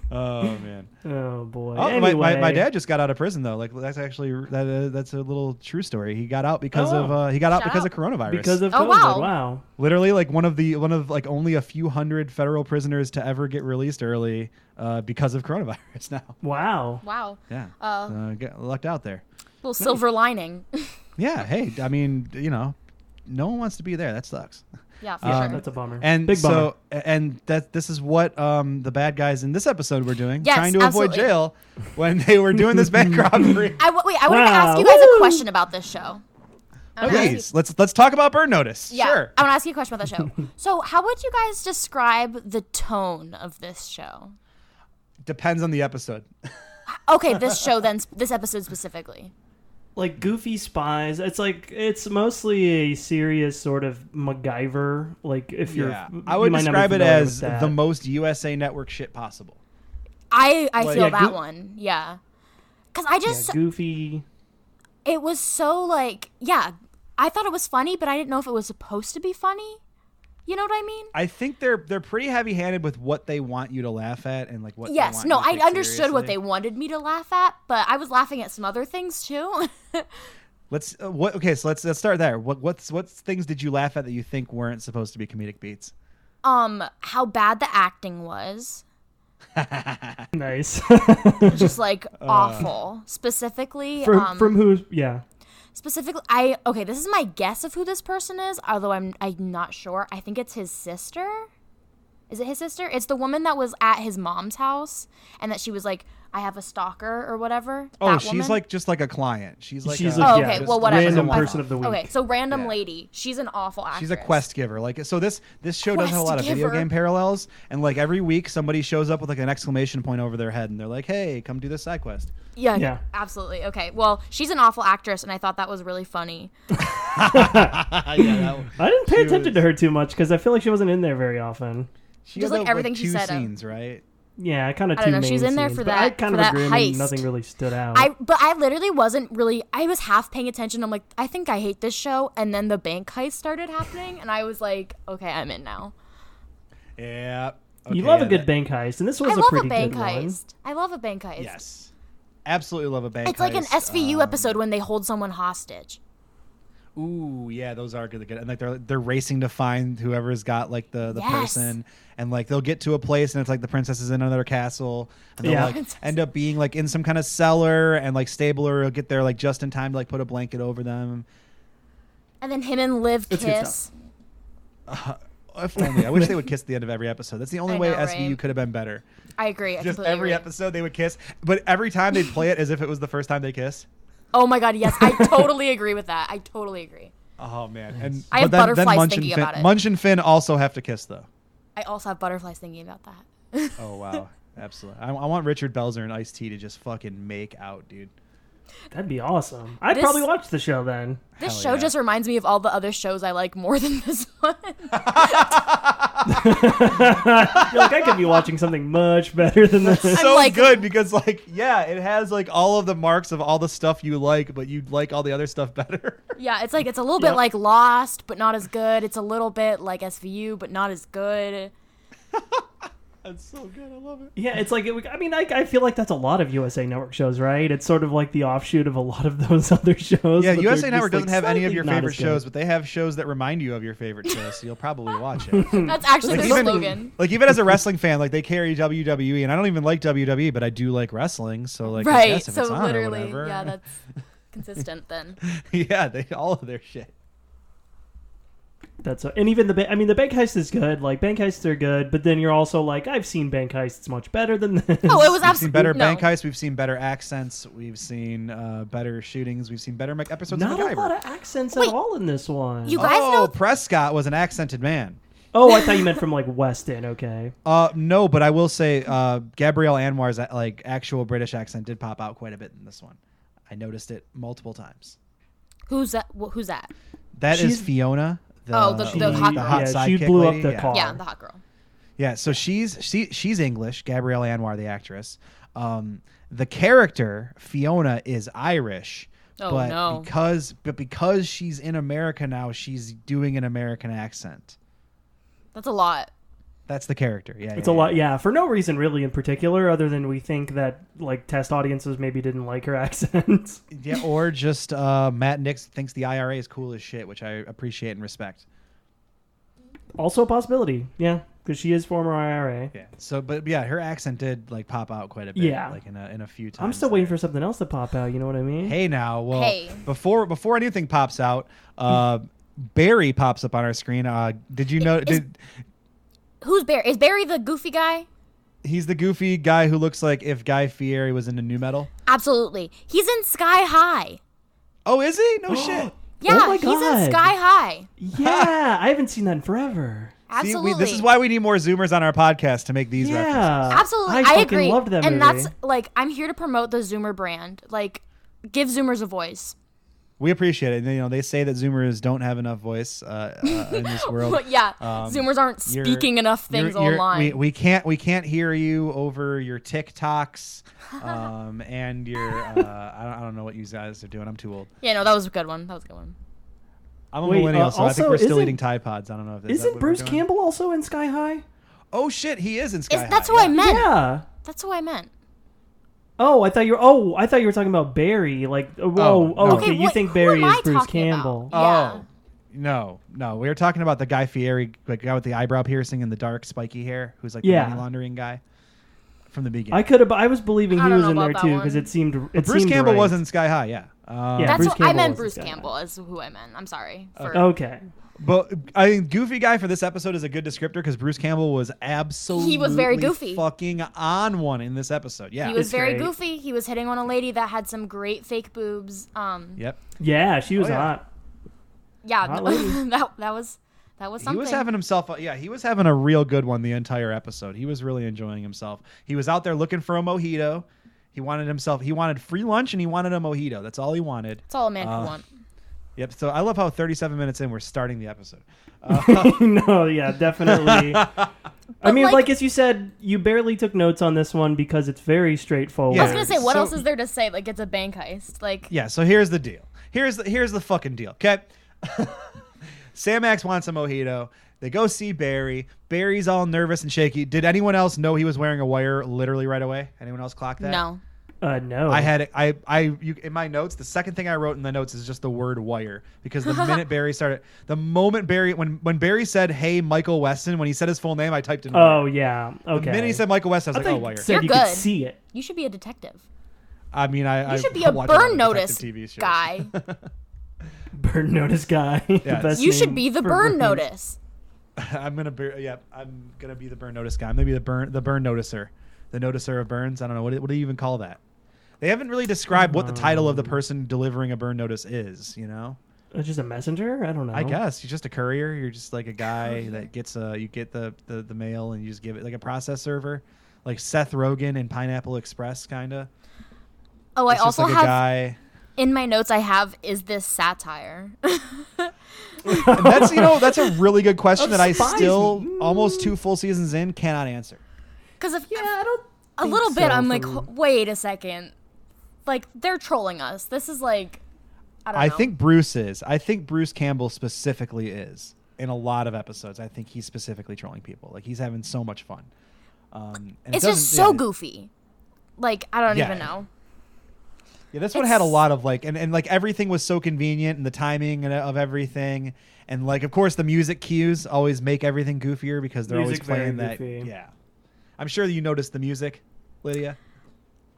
B: oh man.
A: Oh boy.
B: Oh,
A: anyway,
B: my, my, my dad just got out of prison though. Like that's actually that uh, that's a little true story. He got out because of
A: Oh.
B: uh, he got out
C: Shout
B: because
C: out.
B: of coronavirus.
A: because of
C: Oh,
A: COVID.
C: wow.
A: wow.
B: literally like one of the one of like only a few hundred federal prisoners to ever get released early uh, because of coronavirus now.
A: Wow.
C: Wow.
B: Yeah.
C: Uh,
B: uh, get lucked out there.
C: little silver lining.
B: Yeah. Hey, I mean, you know, no one wants to be there. That sucks.
C: yeah, for
B: Um,
C: sure.
A: Uh, That's a bummer.
B: And
A: big bummer.
B: so, and that this is what um, the bad guys in this episode were doing,
C: Yes,
B: trying to avoid
C: absolutely.
B: jail when they were doing this bank robbery.
C: I w- wait. I wanted to ask
A: Wow.
C: you guys
A: Woo!
C: a question about this show. I wanna ask you-
B: Please, let's let's talk about Burn Notice.
C: Yeah,
B: Sure.
C: I want to ask you a question about the show. so, how would you guys describe the tone of this show?
B: Depends on the episode.
C: Okay, this show then, sp- this episode specifically.
A: like goofy spies. It's like it's mostly a serious sort of MacGyver. Like if you're,
B: Yeah.
A: you
B: I would
A: might not be
B: describe it
A: familiar
B: as
A: with that.
B: the most USA Network shit possible.
C: I I
B: Like-
C: feel
B: Yeah,
C: that
A: Goop-
C: one. Yeah, because I
A: Yeah,
C: just
A: goofy.
C: it was so like yeah. I thought it was funny, but I didn't know if it was supposed to be funny. You know what I mean?
B: I think they're they're pretty heavy-handed with what they want you to laugh at and like what. they
C: Yes.
B: want
C: No,
B: you to
C: I
B: take
C: understood what
B: seriously.
C: they wanted me to laugh at, but I was laughing at some other things too.
B: Let's uh, what okay, so let's let's start there. What what's what things did you laugh at that you think weren't supposed to be comedic beats?
C: um, how bad the acting was.
A: Nice.
C: Just like
B: Uh.
C: awful. Specifically
A: from,
C: um,
A: from who? Yeah.
C: specifically i okay this is my guess of who this person is although i'm i'm not sure i think it's his sister is it his sister it's the woman that was at his mom's house and that she was like i have a stalker or whatever
B: Oh,
C: That
B: she's
C: woman?
B: like just like a client. She's like
A: She's
B: a,
A: like,
C: oh,
A: yeah,
C: okay
A: just
C: well whatever
A: random
C: My fault.
A: person of the week.
C: okay so random
B: Yeah.
C: lady she's an awful actress
B: She's a quest giver. Like so this this show does have a
C: Quest
B: lot of video
C: giver.
B: game parallels and like every week somebody shows up with like an exclamation point over their head and they're like, "Hey, come do this side quest."
C: yeah,
A: Yeah.
C: absolutely okay well she's an awful actress and i thought that was really funny
A: I didn't pay
B: She
A: attention
B: was-
A: to her too much because I feel like she wasn't in there very often.
B: She
C: Just
B: had
C: like
B: the,
C: everything she
B: two
C: said, uh,
B: scenes, right?
A: Yeah, kind of
C: I
A: two
C: don't know, she
A: main
C: was in there
A: scenes,
C: for
A: but
C: that-
A: I kind
C: for
A: of
C: that
A: agree.
C: heist.
A: Nothing really stood
B: Oh.
A: out.
C: I but I literally wasn't really I was half paying attention. I'm like, I think I hate this show and then the bank heist started happening and I was like, okay, I'm in now.
B: Yeah.
A: you
B: Okay,
A: love
B: yeah,
A: a good
B: that-
A: bank heist, and this
C: I
A: was
C: love
A: pretty
C: a bank
A: good one.
C: heist. I love a bank heist.
B: Yes. Absolutely love a bank
C: It's like an
B: heist.
C: SVU
B: Um,
C: episode when they hold someone hostage.
B: Uh, Ooh, yeah, those are good. good. And like they're they're racing to find whoever's got like the the
C: Yes.
B: person, and like they'll get to a place, and it's like the princess is in another castle, and they'll
A: Yeah.
B: like
C: Princess.
B: end up being like in some kind of cellar, and like Stabler will get there like just in time to like put a blanket over them.
C: And then him and Liv
A: It's good
C: kiss.
B: If only I wish they would kiss at the end of every episode. That's the only
C: I
B: way
C: know,
B: SVU
C: right?
B: could have been better.
C: I agree. I
B: Just
C: completely
B: every
C: agree.
B: episode they would kiss, but every time they'd play it as if it was the first time they kissed.
C: Oh my god, yes, I totally agree with that. I totally agree.
B: Oh man! And
C: I
B: but then,
C: have
B: then
C: butterflies
B: Munch
C: thinking
B: and Finn,
C: about it.
B: Munch and Finn also have to kiss though.
C: I also have butterflies thinking about that.
B: Oh wow, absolutely. I, I want Richard Belzer and Ice T to just fucking make out, dude.
A: That'd be awesome. I'd
C: This-
A: probably watch the show then.
C: This
B: Hell
C: show
B: yeah.
C: just reminds me of all the other shows I like more than this one.
A: You're like, I could be watching something much better than this.
C: I'm
B: So
C: like-
B: good because like yeah, it has like all of the marks of all the stuff you like, but you like all the other stuff better.
C: Yeah, it's like it's a little
A: Yep.
C: bit like Lost, but not as good. It's a little bit like SVU, but not as good.
B: That's so good. I love it.
A: Yeah, it's like, it, would- I mean, I, I feel like that's a lot of USA Network shows, right? It's sort of like the offshoot of a lot of those other shows.
B: Yeah,
A: but
B: USA
A: they're
B: Network
A: just, like,
B: doesn't have any of
A: slightly
B: your
A: not
B: favorite
A: as good.
B: shows, but they have shows that remind you of your favorite shows, so you'll probably watch it.
C: That's actually
B: Hmm. Like
C: their
B: even-
C: slogan.
B: Like even as a wrestling fan, like they carry WWE, and I don't even like WWE, but I do like wrestling, so like I
C: Right.
B: guess if
C: So
B: it's on or
C: literally,
B: whatever.
C: yeah, that's consistent then.
B: yeah, they all of their shit.
A: That's a, and even the ba- I mean the bank heist is good. Like bank heists are good, but then you're also like I've seen bank heists much better than this.
C: Oh, it was
B: We've seen
C: absolutely
B: better
C: no.
B: bank heists. We've seen better accents. We've seen uh, better shootings. We've seen better Mac- episodes
A: not
B: of
A: a
B: MacGyver.
A: lot of accents
C: Wait.
A: at all in this one.
C: You guys
B: oh,
C: know
B: Prescott was an accented man.
A: oh, I thought you meant from like Weston. Okay,
B: Uh, no, but I will say uh, Gabrielle Anwar's uh, like actual British accent did pop out quite a bit in this one. I noticed it multiple times.
C: who's that? wh- Who's that?
B: That is
A: She's-
B: Fiona. The,
C: Oh, the- the hot girl.
A: Yeah, she
B: sidekick
A: blew up
B: lady.
A: the
B: yeah.
A: car.
C: Yeah,
A: Barb.
C: the hot girl.
B: Yeah, so she's she, she's English. Gabrielle Anwar, the actress. Um, the character Fiona is Irish,
C: Oh,
B: but
C: no.
B: because but because she's in America now, she's doing an American accent.
C: That's a lot.
B: That's the character. Yeah,
A: it's a lot. Yeah, for no reason really in particular, other than we think that like test audiences maybe didn't like her accent.
B: Yeah, or just uh, Matt Nix thinks the IRA is cool as shit, which I appreciate and respect.
A: also a possibility. Yeah, because she is former IRA.
B: Yeah. So, but yeah, her accent did like pop out quite a bit.
A: Yeah.
B: Like in a in a few times.
A: I'm still waiting for something else to pop out. You know what I mean?
B: Hey now, well,
C: Hey.
B: before before anything pops out, uh, Barry pops up on our screen. Uh, did you know?
C: Is-
B: Did,
C: Who's Barry? Is Barry the goofy guy?
B: he's the goofy guy who looks like if Guy Fieri was into new metal.
C: Absolutely. He's in Sky High.
B: Oh, is he? No shit.
C: Yeah,
B: Oh
A: my
C: he's in
A: God.
C: Sky High.
A: Yeah, I haven't seen that in forever.
B: See,
C: Absolutely.
B: we, this is why we need more Zoomers on our podcast to make these references.
A: Yeah,
C: Absolutely, I,
A: fucking
C: agree.
A: Loved that
C: and
A: movie.
C: that's like I'm here to promote the Zoomer brand. Like, give Zoomers a voice.
B: We appreciate it. And, you know, they say that Zoomers don't have enough voice uh, uh, in this world.
C: yeah,
B: Um,
C: Zoomers aren't
B: you're-
C: speaking enough things
B: You're- you're-
C: online.
B: We, we can't we can't hear you over your TikToks, um, and your uh, I, don't, I don't know what you guys are doing. I'm too old.
C: yeah, no, that was a good one. That was a good one.
B: I'm a
A: Wait,
B: millennial,
A: uh,
B: so I think
A: also,
B: we're still
A: isn't-
B: eating Tide Pods. I don't know if is that
A: Isn't
B: what we're
A: Bruce
B: doing.
A: Campbell also in Sky High?
B: Oh shit, he is in Sky.
C: Is, that's
B: High,
C: who I
B: yeah.
C: meant.
A: Yeah.
C: That's who I meant.
A: Oh, I thought you were. Oh, I thought you were talking about Barry. Like, oh,
B: Oh,
A: oh,
B: no.
A: okay.
C: Okay,
A: you
C: what-
A: think
C: who
A: Barry
C: am
A: is
C: I
A: Bruce
C: talking about?
A: Campbell?
C: Oh. Yeah.
B: Oh. No, no, we were talking about the Guy Fieri, like guy with the eyebrow piercing and the dark spiky hair, who's like
A: Yeah.
B: the money laundering guy from the beginning.
A: I could have. I was believing
C: I
A: he
C: don't
A: was
C: know
A: in there
C: about
A: too
C: that
A: because
C: one.
A: it seemed. It
B: Bruce
A: seemed
B: Campbell
A: right.
B: was in Sky High, yeah. Um,
A: Yeah,
C: That's
A: Bruce
C: what
A: Campbell
C: I meant.
A: was
C: Bruce
A: the guy.
C: Campbell is who I meant. I'm sorry. For,
B: Oh,
A: Okay.
B: But I think Goofy Guy for this episode is a good descriptor because Bruce Campbell was absolutely
C: very goofy.
B: fucking on one in this episode. Yeah.
C: He was
A: It's
C: very
A: great.
C: goofy. He was hitting on a lady that had some great fake boobs. Um,
B: yep.
A: Yeah, she was
B: Oh, yeah.
A: hot.
C: yeah,
A: Hot lady.
C: that that was that was something.
B: He was having himself. A, yeah, he was having a real good one the entire episode. He was really enjoying himself. He was out there looking for a mojito. He wanted himself. He wanted free lunch and he wanted a mojito. That's all he wanted.
C: That's all a man could
B: Uh,
C: want.
B: Yep. So I love how 37 minutes in we're starting the episode.
A: no, yeah, definitely. I
C: But,
A: mean,
C: like-
A: like, as you said, you barely took notes on this one because it's very straightforward.
B: Yeah.
C: I was gonna say, what
B: So-
C: else is there to say? Like, it's a bank heist. Like,
B: Yeah, so here's the deal. Here's the here's the fucking deal. Okay. Sam Max wants a mojito. They go see Barry. Barry's all nervous and shaky. Did anyone else know he was wearing a wire literally right away? Anyone else clock that?
C: no.
A: Uh, no.
B: I had I I you, in my notes. The second thing I wrote in the notes is just the word wire because the minute Barry started, the moment Barry when when Barry said, "Hey, Michael Weston," when he said his full name, I typed in. wire.
A: Oh yeah.
B: the
A: Okay.
B: minute he said Michael Weston, I
A: I
B: was
A: thought you
B: like, "Oh, wire."
A: said
C: You're
A: you
C: good.
A: could see it.
C: You should be a detective.
B: I mean, I
C: You
B: I
C: should be a
B: watch lot of
C: burn
B: detective
C: notice
B: TV shows.
C: guy.
A: Burn notice guy. The
B: Yeah.
A: best
C: You should
A: name
C: be the
A: for
C: burn
A: Bruce.
C: notice.
B: I'm gonna be yeah. I'm gonna be the burn notice guy. I'm gonna be the burn the burn noticer, the noticer of burns. I don't know what do- what do you even call that. They haven't really described what the title of
C: Um.
B: the person delivering a burn notice is. You know,
A: Uh, just a messenger? I don't know.
B: I guess you're just a courier. You're just like a guy that gets a you get the the, the mail and you just give it like a process server, like Seth Rogen in Pineapple Express kind of.
C: Oh, I also
B: like a
C: have
B: guy.
C: in my notes. I have is this satire?
B: And that's you know that's a really good question that I
A: spies.
B: still almost two full seasons in cannot answer.
C: Because if
A: Yeah, I don't.
C: a
A: think
C: little bit,
A: so
C: I'm
A: for
C: like,
A: me.
C: "Ho- wait a second, like they're trolling us. This is like, I don't
B: I
C: know.
B: think Bruce is. I think Bruce Campbell specifically is in a lot of episodes. I think he's specifically trolling people. Like he's having so much fun. Um, and it
C: it's just
B: doesn't-
C: so
B: yeah,
C: goofy. Like I don't
B: Yeah.
C: even know.
B: Yeah, this one had a
C: it's-
B: lot of like, and, and like everything was so convenient, and the timing and uh, of everything, and like of course the music cues always make everything goofier because they're
A: Music
B: always playing
A: very
B: that.
A: goofy.
B: Yeah, I'm sure you noticed the music, Lydia.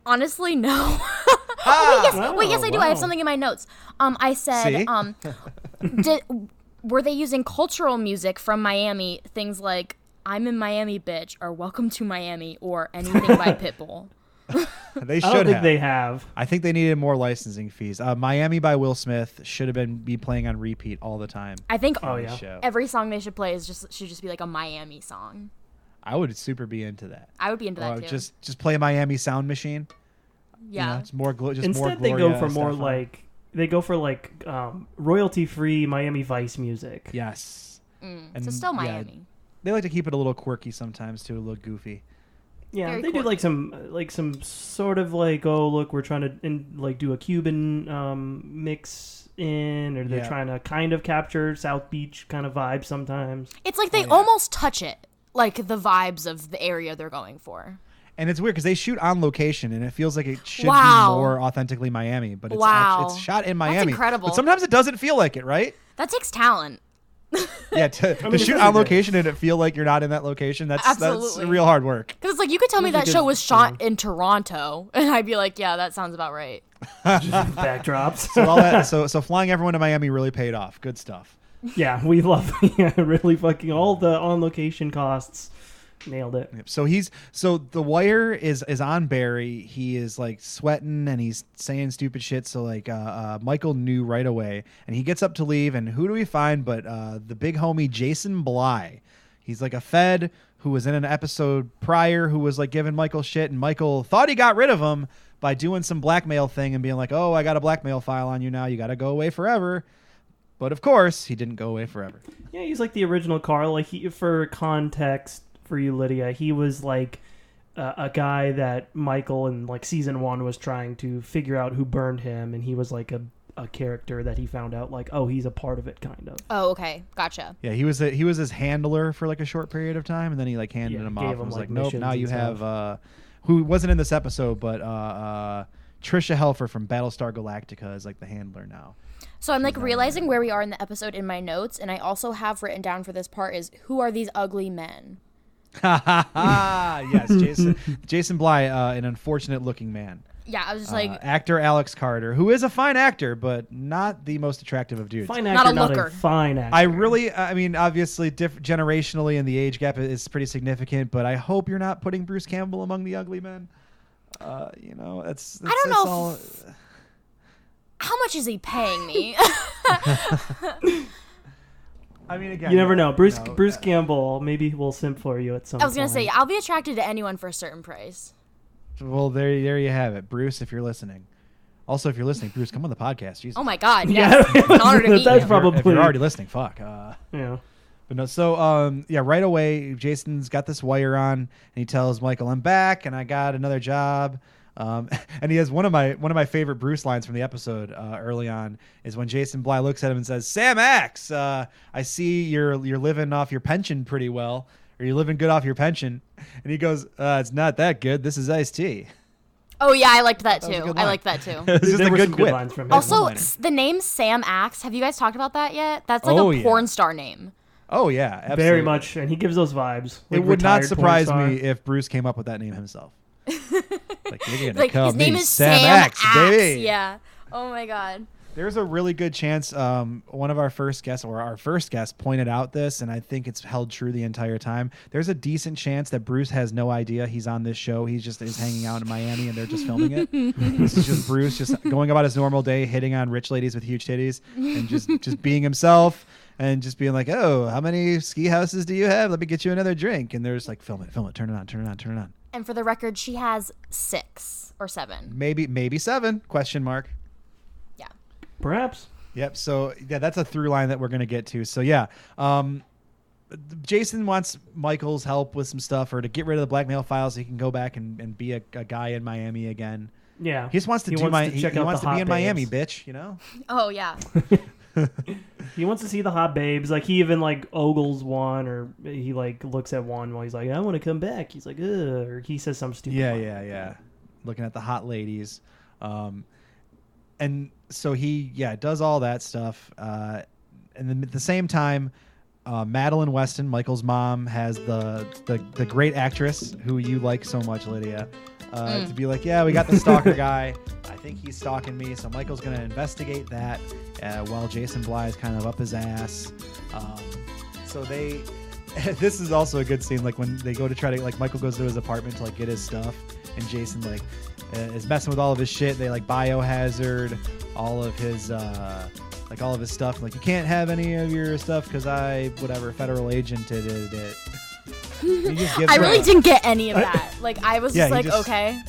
C: Honestly, no. Oh,
B: Ah!
C: wait, yes, wait, yes, I do. I have
A: wow.
C: something in my notes. Um, I said,
B: See?
C: um, did were they using cultural music from Miami? Things like "I'm in Miami, bitch" or "Welcome to Miami" or anything by Pitbull.
B: They should
A: I don't think
B: have.
A: they have.
B: I think they needed more licensing fees. Uh, Miami by Will Smith should have been be playing on repeat all the time.
C: I think
A: Oh yeah.
B: Show.
C: every song they should play is just should just be like a Miami song.
B: I would super be into that.
C: I would be into that
B: Or
C: too.
B: just just play Miami Sound Machine. you know,
C: yeah,
B: it's more glo- just more
A: Instead, they go
B: Gloria
A: for more
B: Estefan.
A: like they go for like um, royalty-free Miami Vice music.
B: yes.
C: Mm,
B: and
C: so still
B: yeah,
C: Miami.
B: They like to keep it a little quirky sometimes too, a little goofy.
A: Yeah,
C: Very
A: they do
C: quirky.
A: like some uh, like some sort of like oh look we're trying to in, like do a Cuban um, mix in or they're
B: Yeah.
A: trying to kind of capture South Beach kind of vibe sometimes.
C: It's
B: Oh,
C: like they almost touch it, like the vibes of the area they're going for.
B: And it's weird because they shoot on location, and it feels like it should
C: Wow.
B: be more authentically Miami, but it's
C: Wow.
B: act- it's shot in Miami.
C: incredible.
B: But sometimes it doesn't feel like it, right?
C: That takes talent.
B: Yeah, to, to
A: mean,
B: shoot
A: this
B: on
A: is a-
B: location and it feel like you're not in that location. That's
C: Absolutely.
B: that's real hard work.
C: Because it's like you could tell me that
A: Those are
C: show
A: good-
C: was shot in Toronto, and I'd be like, yeah, that sounds about right.
B: So
A: Backdrops.
B: all that, so so flying everyone to Miami really paid off. Good stuff.
A: yeah, we love yeah, really fucking all the on location costs. Nailed it.
B: Yep. So he's so the wire is is on Barry. He is like sweating and he's saying stupid shit. So like uh, uh, Michael knew right away, and he gets up to leave. And who do we find but uh, the big homie Jason Bly? He's like a Fed who was in an episode prior who was like giving Michael shit, and Michael thought he got rid of him by doing some blackmail thing and being like, "Oh, I got a blackmail file on you now. You got to go away forever." But of course, he didn't go away forever.
A: Yeah, he's like the original Carl. Like he, for context for you, Lydia, he was like uh, a guy that Michael in like season one was trying to figure out who burned him, and he was like a a character that he found out like oh he's a part of it kind of.
C: Oh, okay, gotcha.
B: Yeah, he was a, he was his handler for like a short period of time, and then he like handed
A: Yeah,
B: him
A: gave
B: off
A: him,
B: and was
A: like,
B: like, "Nope,
A: missions
B: now
A: and
B: you have
A: stuff.
B: uh, who wasn't in this episode, but uh, uh, Trisha Helfer from Battlestar Galactica is like the handler now."
C: So I'm like realizing where we are in the episode in my notes, and I also have written down for this part is who are these ugly men?
B: yes, Jason Jason Bly, uh, an unfortunate looking man,
C: Yeah, I was just like,
B: uh, actor Alex Carter, who is a fine actor, but not the most attractive of dudes.
A: Fine
C: Not
A: actor,
C: a
A: not a,
C: looker.
A: fine actor.
B: I really, I mean, obviously, diff- generationally, and the age gap is pretty significant. But I hope you're not putting Bruce Campbell among the ugly men. Uh, you know, that's, that's
C: don't
B: that's
C: know if-
B: all-
C: how much is he paying me?
B: I mean, again,
A: you never know. Bruce
B: no,
A: Bruce Campbell, maybe we'll simp for you at some.
C: I was gonna say
A: point.
C: I'll be attracted to anyone for a certain price.
B: Well, there, there you have it, Bruce. If you're listening, also if you're listening, Bruce, come on the podcast. Jesus.
C: Oh my god, yes,
A: Yeah,
C: it's an honor to meet
A: that's
C: you.
B: If you're- if
A: probably.
B: you're already listening, fuck. Uh,
A: Yeah.
B: but no, so um, yeah, right away, Jason's got this wire on, and he tells Michael, "I'm back, and I got another job." Um, and he has one of my one of my favorite Bruce lines from the episode uh, early on is when Jason Bly looks at him and says, "Sam Axe, uh, I see you're you're living off your pension pretty well, or you're living good off your pension." And he goes, uh, "It's not that good. This is iced tea."
C: Oh yeah, I liked that
B: was a
C: too.
B: good
C: I
B: line.
C: liked that too.
B: It's just
A: There
B: a
A: were
B: good
A: some
B: quip.
A: good lines from him.
C: Also,
B: one-liner.
C: s- the name Sam Axe. Have you guys talked about that yet? That's like
B: Oh,
C: a
B: yeah.
C: porn star name.
B: Oh yeah, absolutely.
A: Very much, and he gives those vibes.
B: It
A: like
B: would
A: retired
B: not
A: porn
B: surprise
A: star.
B: me if Bruce came up with that name himself. like, you're gonna
C: Like
B: call
C: his name
B: me
C: is Sam, Axe.
B: baby.
C: Yeah. Oh my god.
B: There's a really good chance um, one of our first guests or our first guest pointed out this, and I think it's held true the entire time. There's a decent chance that Bruce has no idea he's on this show. He's just is hanging out in Miami, and they're just filming it. this is just Bruce just going about his normal day, hitting on rich ladies with huge titties, and just just being himself. And just being like, oh, how many ski houses do you have? Let me get you another drink. And they're just like, film it, film it, turn it on, turn it on, turn it on.
C: And for the record, she has six or seven.
B: Maybe, maybe seven? Question mark.
C: Yeah.
A: Perhaps.
B: Yep. So yeah, that's a through line that we're gonna get to. So yeah, um, Jason wants Michael's help with some stuff, or to get rid of the blackmail files, so he can go back and, and be a, a guy in Miami again.
A: Yeah.
B: He just wants to
A: He
B: do
A: wants
B: my.
A: to
B: he,
A: check
B: he
A: out
B: wants
A: the
B: to be
A: hot
B: in Miami,
A: babes.
B: bitch. You know.
C: Oh yeah.
A: He wants to see the hot babes. Like he even like ogles one, or he like looks at one while he's like, "I want to come back." He's like, "Ugh," or he says some stupid.
B: Yeah,
A: line.
B: yeah, yeah. Looking at the hot ladies, um, and so he yeah does all that stuff, uh, and then at the same time. Uh, Madeline Weston, Michael's mom, has the, the the great actress who you like so much, Lydia, uh, to be like, yeah, we got the stalker guy. I think he's stalking me. So Michael's going to investigate that uh, while Jason Bly is kind of up his ass. Um, so they. This is also a good scene, like when they go to try to like Michael goes to his apartment to like get his stuff, and Jason like uh, is messing with all of his shit. They like biohazard all of his uh, like all of his stuff. Like you can't have any of your stuff because I whatever federal agent did it. He just gives
C: I
B: her
C: really
B: a-
C: didn't get any of that. Like I was
B: Yeah,
C: just
B: he
C: like,
B: just-
C: okay,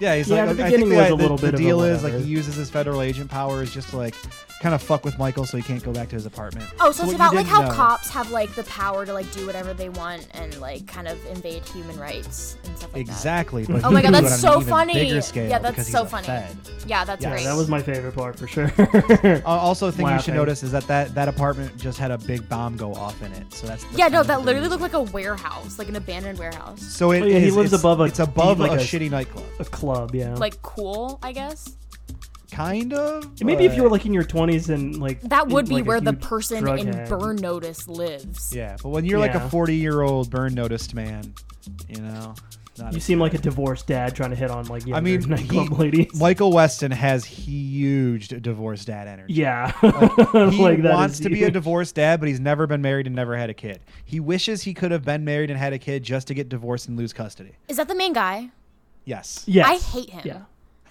B: Yeah, he's
A: Yeah,
B: like,
A: at the
B: I think
A: beginning was a
B: the,
A: little
B: the,
A: bit
B: the
A: of a
B: deal is like
A: whatever.
B: he uses his federal agent powers just to like kind of fuck with Michael so he can't go back to his apartment.
C: Oh,
B: what
C: so it's
B: you
C: about like
B: didn't
C: how
B: know-
C: cops have like the power to like do whatever they want and like kind of invade human rights and stuff like
B: Exactly. But
C: that. Oh
B: he
C: my god,
B: blew
C: that's
B: it on
C: so
B: an even
C: funny.
B: bigger scale
C: yeah,
B: because
C: that's
B: he's
C: so
B: a
C: funny.
B: Fed.
C: Yeah, that's
B: Yeah,
C: great.
A: That was my favorite part for sure.
B: Uh, also, a thing you should
A: Laughing.
B: notice is that, that that apartment just had a big bomb go off in it. So that's the
C: yeah, no,
B: kind of
C: that literally
B: thing.
C: looked like a warehouse, like an abandoned warehouse.
B: So it
A: Oh, yeah, he
B: is-
A: lives
B: it's-
A: above a-
B: it's above
A: like
B: a,
A: a-
B: shitty nightclub,
A: a club, yeah.
C: Like cool, I guess.
B: kind of.
A: Maybe if you were
B: but-
A: like in your 20s and like
C: That would
A: in,
C: be
A: like, a
C: where the
A: huge
C: person
A: drug
C: in
A: head.
C: burn notice lives.
B: yeah, but when you're like a
A: Yeah.
B: 40 year old burn noticed man, you know, not
A: You
B: as
A: seem like a divorced dad trying to hit on like younger
B: I mean,
A: nightclub
B: he-
A: ladies.
B: Michael Weston has huge d- divorced dad energy.
A: yeah,
B: He
A: Like, that is
B: wants to be a
A: huge.
B: divorced dad, but he's never been married and never had a kid. He wishes he could have been married and had a kid just to get divorced and lose custody.
C: Is that the main guy?
B: Yes.
A: Yes.
C: I hate him.
A: Yeah.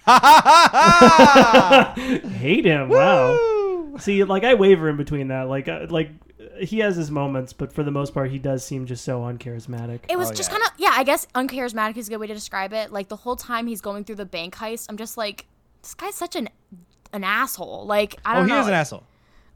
B: Ha
A: Hate him. Wow. See, like I waver in between that. Like, uh, like uh, he has his moments, but for the most part, he does seem just so uncharismatic.
C: It was
B: Oh,
C: just
B: yeah.
C: kind of yeah. I guess uncharismatic is a good way to describe it. Like the whole time he's going through the bank heist, I'm just like, this guy's such an an asshole. Like I
B: Oh,
C: don't
B: he
C: know.
B: is an asshole.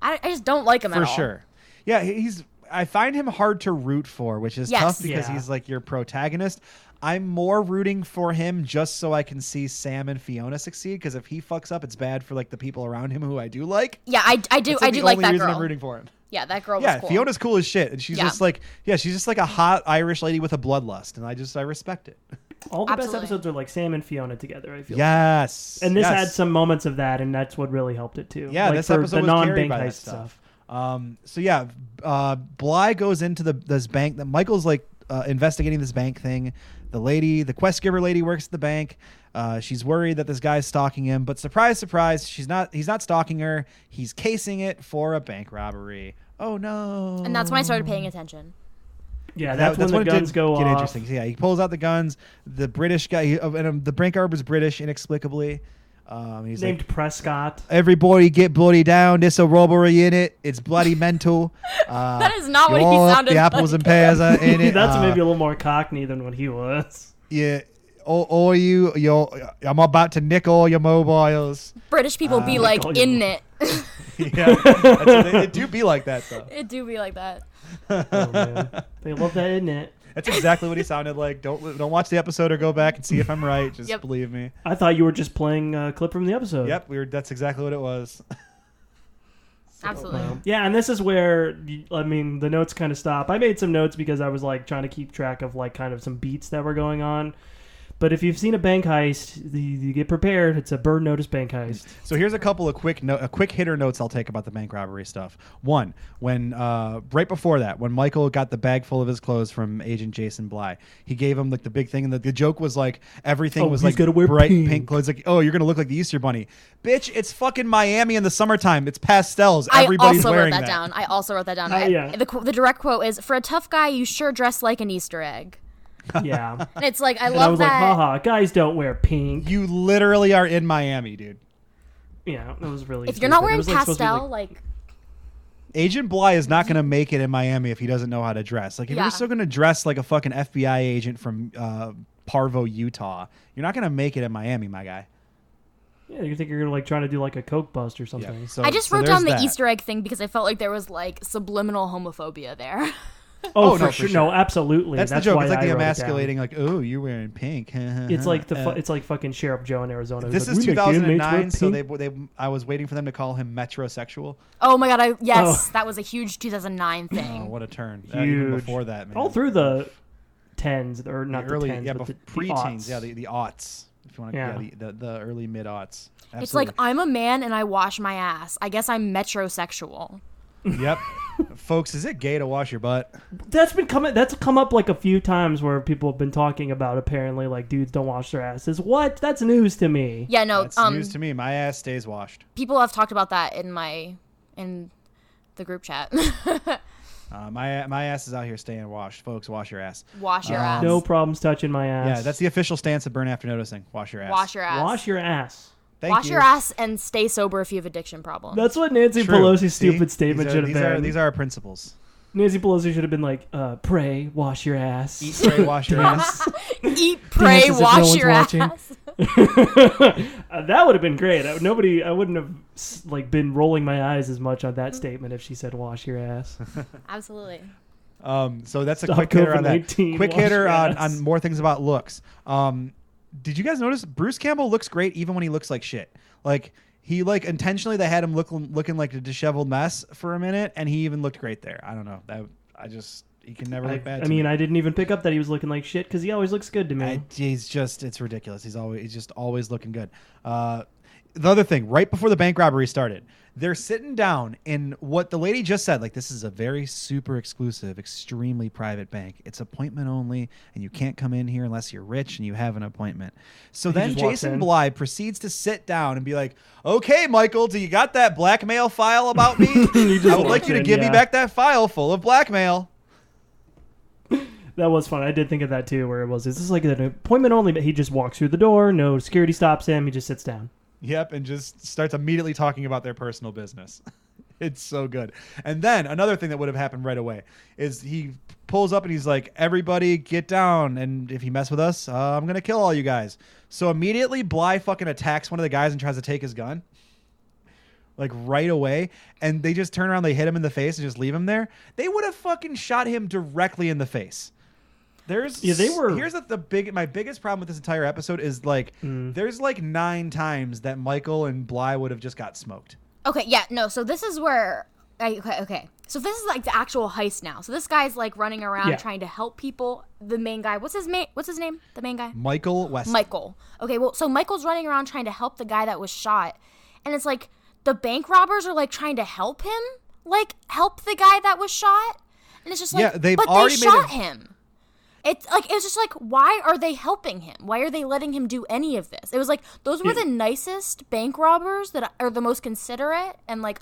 C: I, I just don't like him
B: for
C: at all.
B: sure. Yeah, he's. I find him hard to root for, which is
C: Yes.
B: tough because
A: Yeah.
B: he's like your protagonist. I'm more rooting for him just so I can see Sam and Fiona succeed. Because if he fucks up, it's bad for like the people around him who I do like.
C: Yeah, I, I do
B: That's,
C: I
B: the
C: do like
B: only
C: that
B: reason
C: girl.
B: I'm rooting for him.
C: Yeah, that girl
B: yeah,
C: was cool.
B: Fiona's cool as shit, and she's
C: Yeah.
B: just like, yeah, she's just like a hot Irish lady with a bloodlust, and I just I respect it.
A: All the
C: Absolutely.
A: best episodes are like Sam and Fiona together. I feel.
B: Yes,
A: And this
B: yes.
A: had some moments of that, and that's what really helped it too.
B: Yeah,
A: like
B: this
A: for
B: episode
A: the
B: was carried
A: non-bank
B: by that
A: heist
B: stuff. Um, so yeah, uh, Bly goes into the this bank that Michael's like uh, investigating this bank thing. The lady, the quest giver lady, works at the bank. Uh, she's worried that this guy's stalking him, but surprise, surprise, she's not. He's not stalking her. He's casing it for a bank robbery. Oh no!
C: and that's when I started paying attention.
A: Yeah,
B: That-
A: that's, when the
B: it
A: guns
B: did
A: go
B: get
A: off.
B: interesting. So, yeah, he pulls out the guns. The British guy, he, uh, and um, the bank robber's British inexplicably. Um, he's like,
A: Named Prescott.
B: Everybody get bloody down. There's a robbery in it. It's bloody mental. Uh,
C: That is not what he
B: yup,
C: sounded
B: The apples
C: like.
B: and pears are in it.
A: that's
B: Uh,
A: maybe a little more cockney than what he was.
B: yeah. Or, or you, you're, I'm about to nick all your mobiles.
C: British people
B: Uh,
C: be like
A: call you-
C: in it.
B: Yeah, that's what they, they do be like that though.
C: it do be like that.
A: Oh, man. they love that, isn't it?
B: That's exactly what he sounded like. Don't li- don't watch the episode or go back and see if I'm right. Just
C: Yep.
B: believe me.
A: I thought you were just playing a clip from the episode.
B: Yep, we were. That's exactly what it was.
C: Absolutely.
B: uh,
A: Yeah, and this is where y- I mean the notes kind of stop. I made some notes because I was like trying to keep track of like kind of some beats that were going on. But if you've seen a bank heist, the, you get prepared. It's a bird notice bank heist.
B: So here's a couple of quick no- a quick hitter notes I'll take about the bank robbery stuff. One, when uh, right before that, when Michael got the bag full of his clothes from Agent Jason Bly, he gave him like the big thing, and the, the joke was like everything
A: Oh,
B: was
A: he's
B: like
A: gotta wear
B: bright pink.
A: pink.
B: clothes. Like, oh, you're gonna look like the Easter Bunny, bitch! It's fucking Miami in the summertime. It's pastels.
C: I
B: Everybody's
C: also wrote
B: wearing
C: that, down. I also wrote that down. I-
A: yeah.
C: the, qu- the direct quote is For a tough guy, you sure dress like an Easter egg.
A: Yeah, and
C: And it's like, I
A: I
C: love
A: was like,
C: that.
A: haha, guys don't wear pink.
B: You literally are in Miami, dude.
A: Yeah, it was really.
C: if you're not
A: stupid. It
C: wearing
A: was, like, supposed to be,
C: pastel,
A: like-
C: like,
B: Agent Bly is not going to make it in Miami if he doesn't know how to dress. Like, if
C: Yeah.
B: you're still going to dress like a fucking FBI agent from uh, Parvo, Utah, you're not going to make it in Miami, my guy.
A: yeah, you think you're gonna like trying to do like a coke bust or
B: Yeah.
A: something?
B: So,
C: I just
B: Oh, so
C: wrote
B: there's
C: down the
B: that.
C: Easter egg thing because I felt like there was like subliminal homophobia there.
A: Oh,
B: Oh,
A: for,
B: no, for
A: sure.
B: sure.
A: No, absolutely.
B: That's,
A: That's,
B: the joke.
A: Why
B: It's like
A: I
B: the
A: wrote it down.
B: emasculating, like, oh, you're wearing pink.
A: It's like the fu-
B: Uh,
A: it's like fucking Sheriff Joe in Arizona. who's
B: this
A: like,
B: is
A: "We make the inmates wear
B: 2009, so
A: pink."
B: they, they I was waiting for them to call him metrosexual.
C: oh my god, I yes,
A: Oh.
C: that was a huge 2009
B: Oh,
C: thing.
B: what a turn! Uh, even
A: Huge.
B: before that, man.
A: all through the tens or
B: the
A: not the
B: early,
A: tens,
B: yeah,
A: but
B: bef-
A: the, the
B: preteens,
A: aughts.
B: yeah, the, the aughts. If you want to, yeah,
A: Yeah.
B: the, the, the early mid aughts.
C: it's like I'm a man and I wash my ass. I guess I'm metrosexual.
B: Yep. Folks, is it gay to wash your butt?
A: That's been coming. That's come up like a few times where people have been talking about. Apparently, like dudes don't wash their asses. What? That's news to me.
C: Yeah, no.
B: That's
C: um,
B: news to me. My ass stays washed.
C: people have talked about that in my in the group chat.
B: Uh, my my ass is out here staying washed. Folks, wash your ass.
C: wash your ass.
A: No problems touching my ass.
B: Yeah, that's the official stance of Burn After Noticing. Wash your ass.
C: Wash your ass.
A: Wash your ass.
B: Thank
C: Wash
B: you.
C: your ass and stay sober if you have addiction problems.
A: That's what Nancy
B: True.
A: Pelosi's
B: See?
A: stupid statement
B: These are-
A: should have
B: these
A: been.
B: Are, these are our principles.
A: Nancy Pelosi should have been like, uh, "Pray, wash your ass."
B: Eat, pray, wash your ass.
C: Eat, pray,
A: Dances if no
C: wash
A: one's
C: your
A: watching.
C: ass.
A: Uh, that would have been great. I, nobody, I wouldn't have s- like been rolling my eyes as much on that statement if she said, "Wash your ass."
C: Absolutely.
B: Um, so that's a
A: Stop
B: quick hitter on that.
A: COVID-19,
B: Quick
A: wash
B: hitter
A: your
B: on,
A: ass.
B: on more things about looks. Um, did you guys notice Bruce Campbell looks great even when he looks like shit? Like he like intentionally they had him look, looking like a disheveled mess for a minute, and he even looked great there. I don't know. That I just he can never
A: I,
B: look bad.
A: I
B: to
A: mean,
B: me.
A: I didn't even pick up that he was looking like shit because he always looks good to me.
B: I, he's just it's ridiculous. He's always he's just always looking good. Uh, the other thing, right before the bank robbery started, they're sitting down in what the lady just said. Like this is a very super exclusive, extremely private bank. It's appointment only, and you can't come in here unless you're rich and you have an appointment. So then
A: just walks
B: Jason
A: in.
B: Bly proceeds to sit down and be like, "Okay, Michael, do you got that blackmail file about me? I would like
A: walks
B: you to
A: in,
B: give me
A: yeah.
B: back that file full of blackmail."
A: that was fun. I did think of that too, where it was. Is this like an appointment only? But he just walks through the door. No security stops him. He just sits down.
B: Yep, and just starts immediately talking about their personal business. It's so good. And then another thing that would have happened right away is he pulls up and he's like, "Everybody, get down! And if you mess with us, uh, I'm gonna kill all you guys." So immediately, Bly fucking attacks one of the guys and tries to take his gun, like right away. And they just turn around, they hit him in the face, and just leave him there. They would have fucking shot him directly in the face. There's
A: Yeah, they were-
B: Here's the, the big my biggest problem with this entire episode is like
A: Mm.
B: there's like nine times that Michael and Bly would have just got smoked.
C: Okay, yeah, no. So this is where. I, okay, okay. So this is like the actual heist now. So this guy's like running around
A: Yeah.
C: trying to help people. The main guy. What's his name? What's his name? The main guy.
B: Michael West.
C: Michael. Okay, well, so Michael's running around trying to help the guy that was shot, and it's like the bank robbers are like trying to help him, like help the guy that was shot, and it's just like,
B: Yeah, they've
C: but
B: already
C: they
B: made a-
C: shot him. It's like it's just like why are they helping him? Why are they letting him do any of this? It was like those were the nicest bank robbers that are the most considerate and like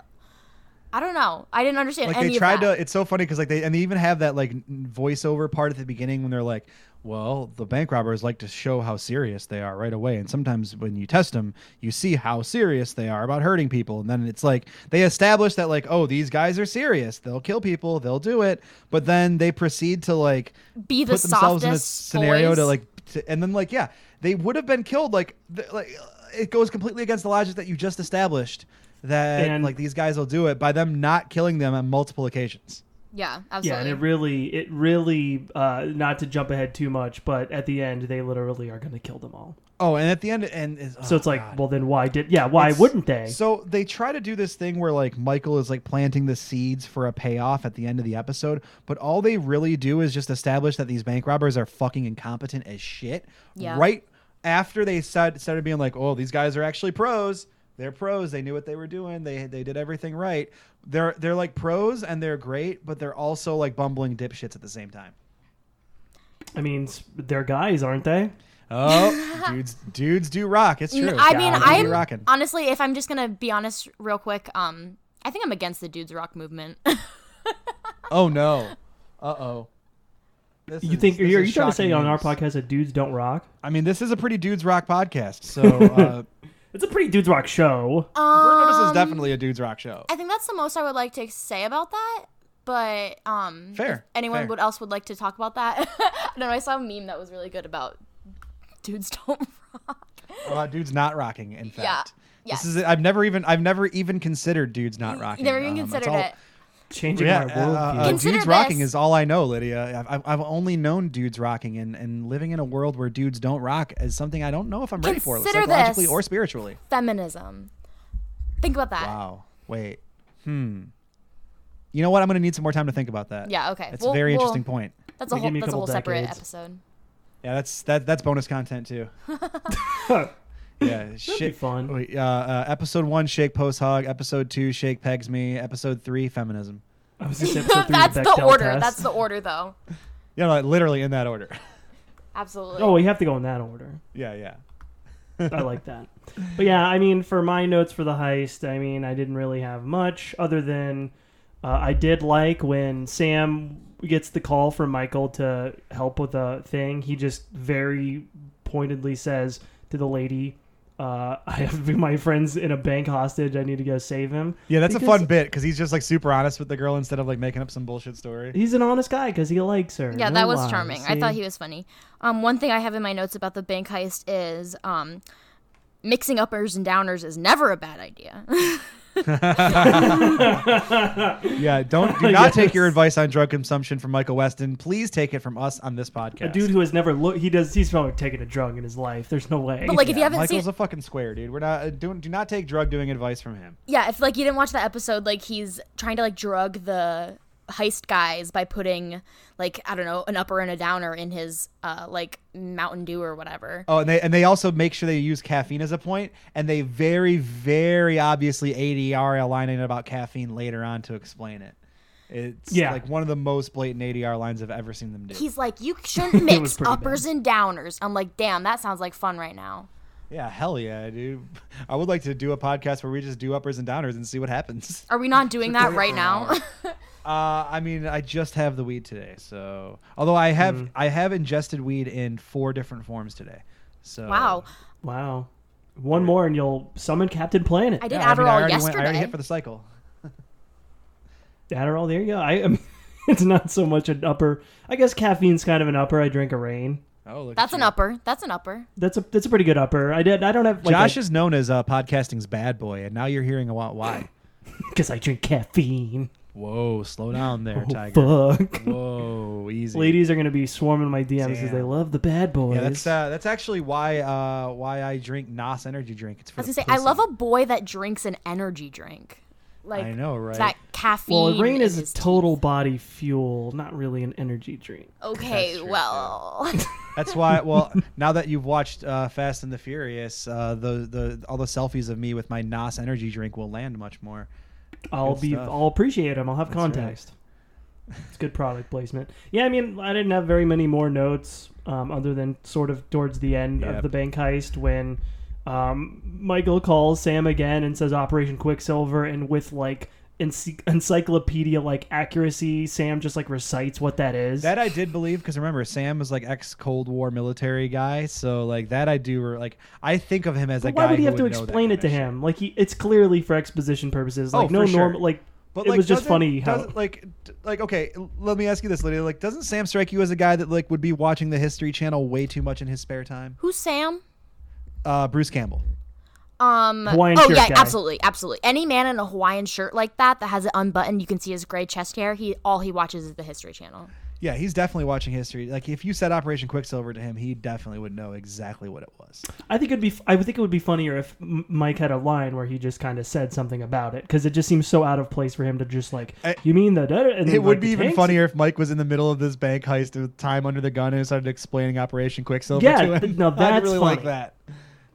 C: I don't know. I didn't understand
B: like
C: any
B: they tried
C: of
B: to
C: that.
B: it's so funny because like they and they even have that like n- voiceover part at the beginning when they're like well the bank robbers like to show how serious they are right away and sometimes when you test them you see how serious they are about hurting people and then it's like they establish that like oh these guys are serious they'll kill people they'll do it but then they proceed to like
C: Be the
B: put themselves in a
C: softest
B: scenario to
C: boys.
B: like to, and then like yeah they would have been killed like th- like it goes completely against the logic that you just established that
A: And-
B: like these guys will do it by them not killing them on multiple occasions.
C: yeah,
A: Yeah,
C: absolutely.
A: and it really, it really, uh, not to jump ahead too much, but at the end, they literally are going to kill them all.
B: Oh, and at the end, and
A: So it's like, well, then why did? Yeah, why wouldn't they?
B: Oh, So they try to do this thing where like Michael is like planting the seeds for a payoff at the end of the episode, but all they really do is just establish that these bank robbers are fucking incompetent as shit.
C: Yeah.
B: Right after they started started being like, "Oh, these guys are actually pros. They're pros. They knew what they were doing. They they did everything right. They're they're like pros and they're great, but they're also like bumbling dipshits at the same time."
A: I mean, s- they're guys, aren't they?
B: Oh, dudes dudes do rock. It's true.
C: N- I mean,
A: Yeah,
B: I
C: I'm
B: think you're rocking.
C: honestly, if I'm just gonna be honest, real quick, um, I think I'm against the dudes rock movement.
B: Oh no. Uh oh.
A: You think are you, are you trying to say on our podcast that dudes don't rock?
B: I mean, this is a pretty dudes rock podcast, so uh,
A: It's a pretty dudes rock show.
B: Burn Notice is definitely a dudes rock show.
C: Um, I think that's the most I would like to say about that. But um, if
B: Fair,
C: anyone
B: fair.
C: would else would like to talk about that? I don't know. I saw a meme that was really good about dudes don't rock.
B: About dudes not rocking, in fact.
C: yes.
B: This is I've never even I've never even considered dudes not rocking.
C: Never even
B: Um, it's
C: considered
B: all-
C: it.
A: Changing our
B: Yeah, uh, uh,
A: worldview.
B: uh,
C: Consider
B: dudes rocking
C: this-
B: is all I know, Lydia. I've, I've only known dudes rocking, and, and living in a world where dudes don't rock is something I don't know if I'm ready for,
C: Consider this.
B: psychologically or spiritually.
C: Feminism. Think about that.
B: Wow. Wait. Hmm. You know what? I'm going to need some more time to think about that.
C: Yeah, okay.
B: That's a
C: We'll-
B: very
C: we'll-
B: interesting point.
C: That's a
A: Give
C: whole.
A: me a
C: That's a
A: couple
C: whole separate
A: decades.
C: episode.
B: Yeah, that's that that's bonus content too. uh, Yeah, shit.
A: be fun.
B: Wait, uh, uh, episode one, shake post hog. Episode two, shake pegs me. Episode three, feminism.
A: I was just episode three.
C: That's
A: with
C: the
A: Bechdel
C: order.
A: test.
C: That's the order, though.
B: Yeah, like, literally in that order.
C: Absolutely.
A: Oh, you have to go in that order.
B: yeah, yeah.
A: I like that. But yeah, I mean, for my notes for the heist, I mean, I didn't really have much other than uh, I did like when Sam gets the call from Michael to help with a thing. He just very pointedly says to the lady, uh, "I have my friend's in a bank hostage. I need to go save him."
B: Yeah, that's a
A: Because
B: fun bit because he's just like super honest with the girl instead of like making up some bullshit story.
A: He's an honest guy because he likes her.
C: Yeah,
A: No
C: that was
A: lies,
C: charming. I
A: see?
C: thought he was funny. Um, one thing I have in my notes about the bank heist is um, mixing uppers and downers is never a bad idea.
B: Yeah, don't do not take your advice on drug consumption from Michael Weston. Please take it from us on this podcast.
A: a dude who has never looked. He does. He's probably taken a drug in his life. There's no way.
C: but like, if you
B: Yeah,
C: haven't
B: Michael's
C: seen,
B: a fucking square, dude. We're not uh, doing. Do not take drug doing advice from him.
C: yeah, if like you didn't watch that episode, like he's trying to like drug the heist guys by putting like I don't know an upper and a downer in his uh like Mountain Dew or whatever.
B: Oh, and they and they also make sure they use caffeine as a point, and they very, very obviously ADR aligning about caffeine later on to explain it. It's
A: Yeah.
B: like one of the most blatant ADR lines I've ever seen them do.
C: He's like, you shouldn't
A: was
C: mix
A: pretty
C: uppers and downers. I'm like, damn, that sounds like fun right now.
B: yeah, hell yeah, dude. I would like to do a podcast where we just do uppers and downers and see what happens.
C: Are we not doing that right now?
B: Uh, I mean, I just have the weed today, so although I have I have ingested weed in four different forms today. So
C: wow,
A: Wow. One more and you'll summon Captain Planet.
C: I did
B: Yeah, I, mean, I
C: Adderall
B: already went, I
C: yesterday.
B: already hit for the cycle.
A: Adderall, there you go. I, I mean, it's not so much an upper. I guess caffeine's kind of an upper. I drink a rain.
B: Oh, look
C: That's an upper. That's an upper.
A: That's a that's a pretty good upper. I did. I don't have like
B: Josh is known as uh, podcasting's bad boy, and now you're hearing a lot why.
A: because I drink caffeine.
D: Whoa, slow down.
B: down there, Tiger.
A: Oh, fuck.
D: Whoa, easy.
A: Ladies are gonna be swarming my DMs because they
B: Damn.
A: love the bad boys.
B: Yeah, that's uh, that's actually why uh, why I drink Nas energy drink. It's for
C: I was
B: the
C: gonna say, I
B: pussy.
C: love a boy that drinks an energy drink. Like
B: I know, right?
C: that caffeine.
A: well, rain
C: in
A: is a
C: his
A: total body fuel, not really an energy drink.
C: tea. Okay,
B: That's true,
C: well,
B: That's why. Well, now that you've watched uh, Fast and the Furious, uh, the the all the selfies of me with my Nas energy drink will land much more.
A: I'll
B: Good
A: be.
B: stuff.
A: I'll appreciate them. I'll have context. It's good product placement. Yeah, I mean, I didn't have very many more notes um, other than sort of towards the end of
B: Yep.
A: the bank heist when um, Michael calls Sam again and says Operation Quicksilver, and with like ency- encyclopedia like accuracy, Sam just like recites what that is.
B: That I did believe because remember Sam was like ex Cold War military guy, so like that I do. re- Like I think of him as a
A: But
B: guy.
A: why would he
B: who
A: have to
B: know that
A: explain it to
B: kind of shit.
A: him? Like he, it's clearly for exposition purposes.
B: Oh,
A: Like no
B: for sure.
A: normal. Like
B: But
A: it
B: like,
A: was just
B: doesn't-
A: funny how.
B: doesn't- like, d- like okay, l- let me ask you this, Lydia. Like, doesn't Sam strike you as a guy that like would be watching the History Channel way too much in his spare time?
C: who's Sam?
B: Uh, Bruce Campbell.
C: Um,
A: Hawaiian
C: oh
A: shirt
C: yeah,
A: guy.
C: absolutely, absolutely. Any man in a Hawaiian shirt like that that has it unbuttoned, you can see his gray chest hair. He all he watches is the History Channel.
B: Yeah, he's definitely watching history. Like, if you said Operation Quicksilver to him, he definitely would know exactly what it was.
A: I think it'd be. I would think it would be funnier if M- Mike had a line where he just kind of said something about it because it just seems so out of place for him to just like.
B: I-
A: you mean the? da- da-" And
B: It
A: then,
B: would
A: like,
B: be
A: the
B: even
A: tanks-
B: funnier if Mike was in the middle of this bank heist with time under the gun and started explaining Operation Quicksilver
A: Yeah,
B: to
A: th-
B: him.
A: no,
B: I'd
A: that's
B: really like
A: funny.
B: that.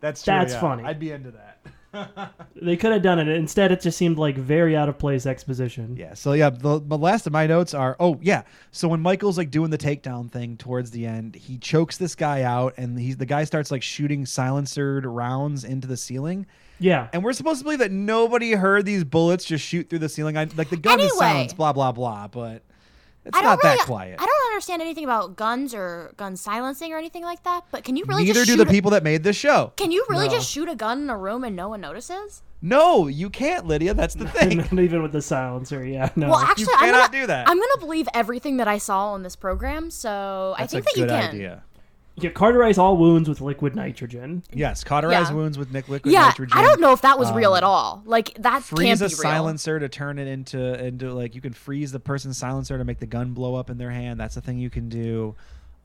B: That's true,
A: That's
B: yeah.
A: funny.
B: I'd be into that.
A: They could have done it. Instead, it just seemed like very out of place exposition.
B: Yeah. So yeah, the, the last of my notes are oh yeah. So when Michael's like doing the takedown thing towards the end, he chokes this guy out, and he's the guy starts like shooting silencered rounds into the ceiling.
A: Yeah.
B: And we're supposed to believe that nobody heard these bullets just shoot through the ceiling. I, like the gun is
C: Anyway.
B: silenced, blah blah blah. But it's
C: I don't
B: not
C: really,
B: that quiet.
C: I don't understand anything about guns or gun silencing or anything like that. But can you really
B: Neither
C: just
B: do
C: shoot
B: the
C: a-
B: people that made this show.
C: Can you really
A: No.
C: just shoot a gun in a room and no one notices?
B: No, you can't, Lydia. That's the thing.
A: Not even with the silencer. Yeah. No.
C: Well, actually, I'm
B: cannot
C: gonna,
B: do that.
C: I'm gonna believe everything that I saw on this program, so I
B: That's
C: think
B: a
C: that you
B: good
C: can.
B: idea.
A: yeah, cauterize all wounds with liquid nitrogen.
B: Yes, cauterize
C: Yeah.
B: wounds with nic- liquid
C: Yeah,
B: nitrogen. um,
C: I don't know if that was real at all. Like that can't
B: freeze
C: be
B: a
C: real.
B: silencer to turn it into into like you can freeze the person's silencer to make the gun blow up in their hand. That's a thing you can do.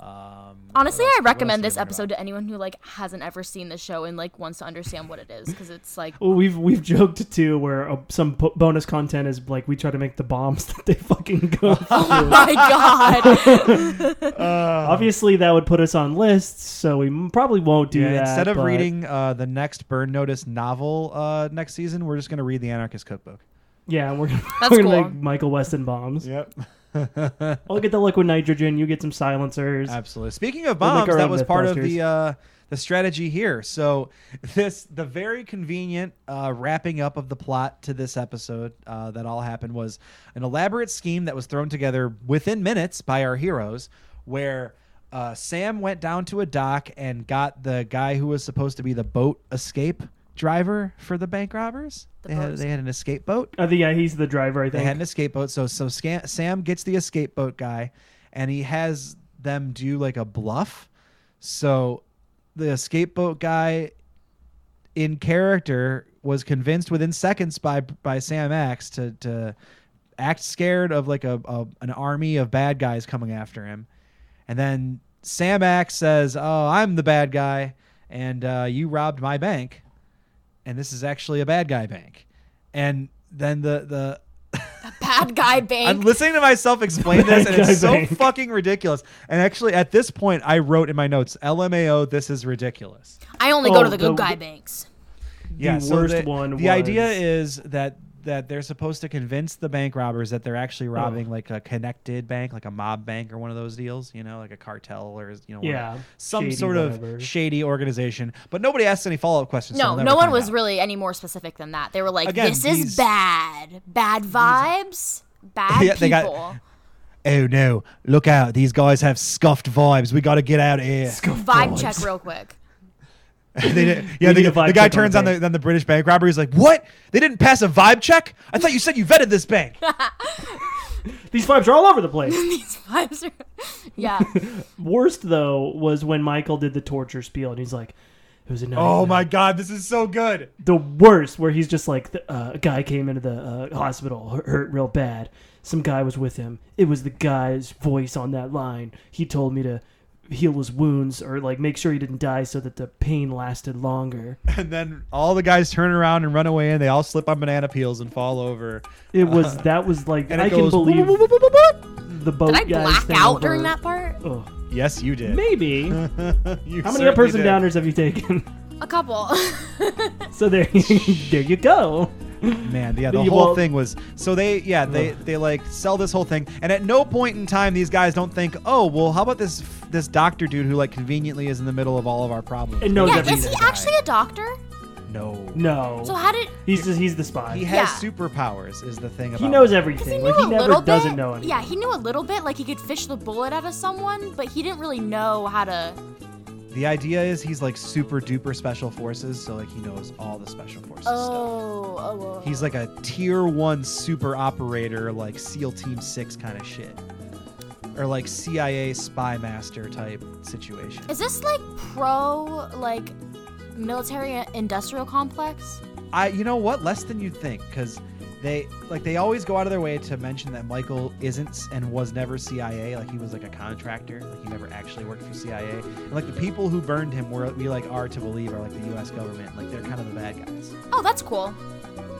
B: Um,
C: Honestly,
B: what else-
C: I
B: what else
C: recommend
B: did
C: this
B: learn about?
C: episode to anyone who like hasn't ever seen the show and like wants to understand what it is because it's like
A: Well, we've we've joked too where uh, some po- bonus content is like we try to make the bombs that they fucking go
C: oh my god.
A: Obviously, that would put us on lists, so we m- probably won't do
B: Yeah,
A: that.
B: instead of
A: but-
B: reading uh, the next Burn Notice novel uh, next season, we're just going to read the Anarchist Cookbook.
A: Yeah, we're gonna,
C: That's
A: we're gonna
C: cool.
A: make Michael Weston bombs.
B: Yep.
A: I'll get the liquid nitrogen. You get some silencers.
B: Absolutely. Speaking of
A: We'll make
B: bombs,
A: our
B: that
A: own
B: was part of
A: Mythbusters.
B: the uh, the strategy here. So this the very convenient uh, wrapping up of the plot to this episode uh, that all happened was an elaborate scheme that was thrown together within minutes by our heroes, where. Uh, Sam went down to a dock and got the guy who was supposed to be the boat escape driver for the bank robbers.
C: The
B: they,
C: boat
B: had, they had an escape boat.
A: I think yeah, he's Uh, the driver. I
B: They
A: think.
B: had an escape boat. So so Sca- Sam gets the escape boat guy, and he has them do like a bluff. So the escape boat guy, in character, was convinced within seconds by by Sam Axe to to act scared of like a, a an army of bad guys coming after him, and then Sam Axe says, "Oh, I'm the bad guy, and uh, you robbed my bank." And this is actually a bad guy bank. And then the, the
C: Bad guy
B: I'm
C: bank.
B: listening to myself explain this, and
A: Guy
B: it's so
A: bank.
B: fucking ridiculous. And actually, at this point, I wrote in my notes, "LMAO, this is ridiculous."
C: I only go
A: Oh,
C: to the good
A: the-
C: guy banks.
B: Yeah, so
A: worst
B: the,
A: one
B: The
A: was-
B: idea is that that they're supposed to convince the bank robbers that they're actually robbing like a connected bank, like a mob bank or one of those deals. You know, like a cartel or you know, whatever.
A: Yeah,
B: some
A: shady
B: sort
A: whatever.
B: of shady organization. But nobody asked any follow up questions. so
C: No,
B: we'll never
C: no one
B: find
C: was
B: out.
C: really any more specific than that. They were like,
B: Again,
C: "This
B: these-
C: is bad, bad vibes, bad
B: Yeah,
C: people."
B: they got- Oh no! Look out! These guys have scuffed vibes. We got to get out of here.
C: Vibe check real quick.
B: they did, yeah,
A: We
B: they
A: need a
B: did- the
A: vibe check
B: guy
A: on
B: turns
A: the
B: on the,
A: bank.
B: on the British bank robber. He's like, "What? They didn't pass a vibe check? I thought you said you vetted this bank."
A: These vibes are all over the place.
C: These vibes are, yeah.
A: Worst though was when Michael did the torture spiel, and he's like, "It was a night."
B: oh
A: and
B: my god, this is so good.
A: the worst where he's just like the, uh, a guy came into the uh, hospital hu- hurt real bad some guy was with him it was the guy's voice on that line he told me to heal his wounds or like make sure he didn't die so that the pain lasted longer
B: And then all the guys turn around and run away, and they all slip on banana peels and fall over.
A: it was that was like
B: And it
A: i can
B: goes.
A: believe
B: "Boop, boop, boop, boop, boop."
A: the boat
C: Did I
A: guys
C: black
A: thing
C: out
A: over-
C: during that part?
A: Ugh.
B: Yes, you did.
A: maybe how
B: You
A: many up
B: certainly
A: person
B: did.
A: downers have you taken
C: A couple.
A: so there there you go
B: Man, yeah, the
A: You-
B: whole
A: well-
B: thing was so they yeah they they like sell this whole thing, and at no point in time these guys don't think, oh well, how about this this doctor dude who like conveniently is in the middle of all of our problems.
A: And knows
B: Maybe
C: yeah,
A: everything.
C: is he
B: that guy.
C: actually a doctor?
B: No.
A: no
C: So how did?
A: he's just he's the spy
B: He
A: he,
B: has
C: Yeah.
B: superpowers, is the thing about
A: knows
B: him.
C: Because
A: everything
C: he knew
A: like he
C: a
A: never
C: little
A: doesn't
C: bit.
A: know anything
C: Yeah, he knew a little bit. Like he could fish the bullet out of someone, but he didn't really know how to.
B: The idea is he's like super duper special forces, so like he knows all the special forces stuff.
C: Oh, oh, oh.
B: He's like a tier one super operator, like SEAL Team Six kind of shit, or like CIA spy master type situation.
C: Is this like pro like military industrial complex?
B: I, you know what? Less than you'd think, because they like they always go out of their way to mention that Michael isn't and was never CIA. Like he was like a contractor. Like he never actually worked for CIA. And like the people who burned him, were we like are to believe are like the U.S. government. Like they're kind of the bad guys.
C: Oh, that's cool.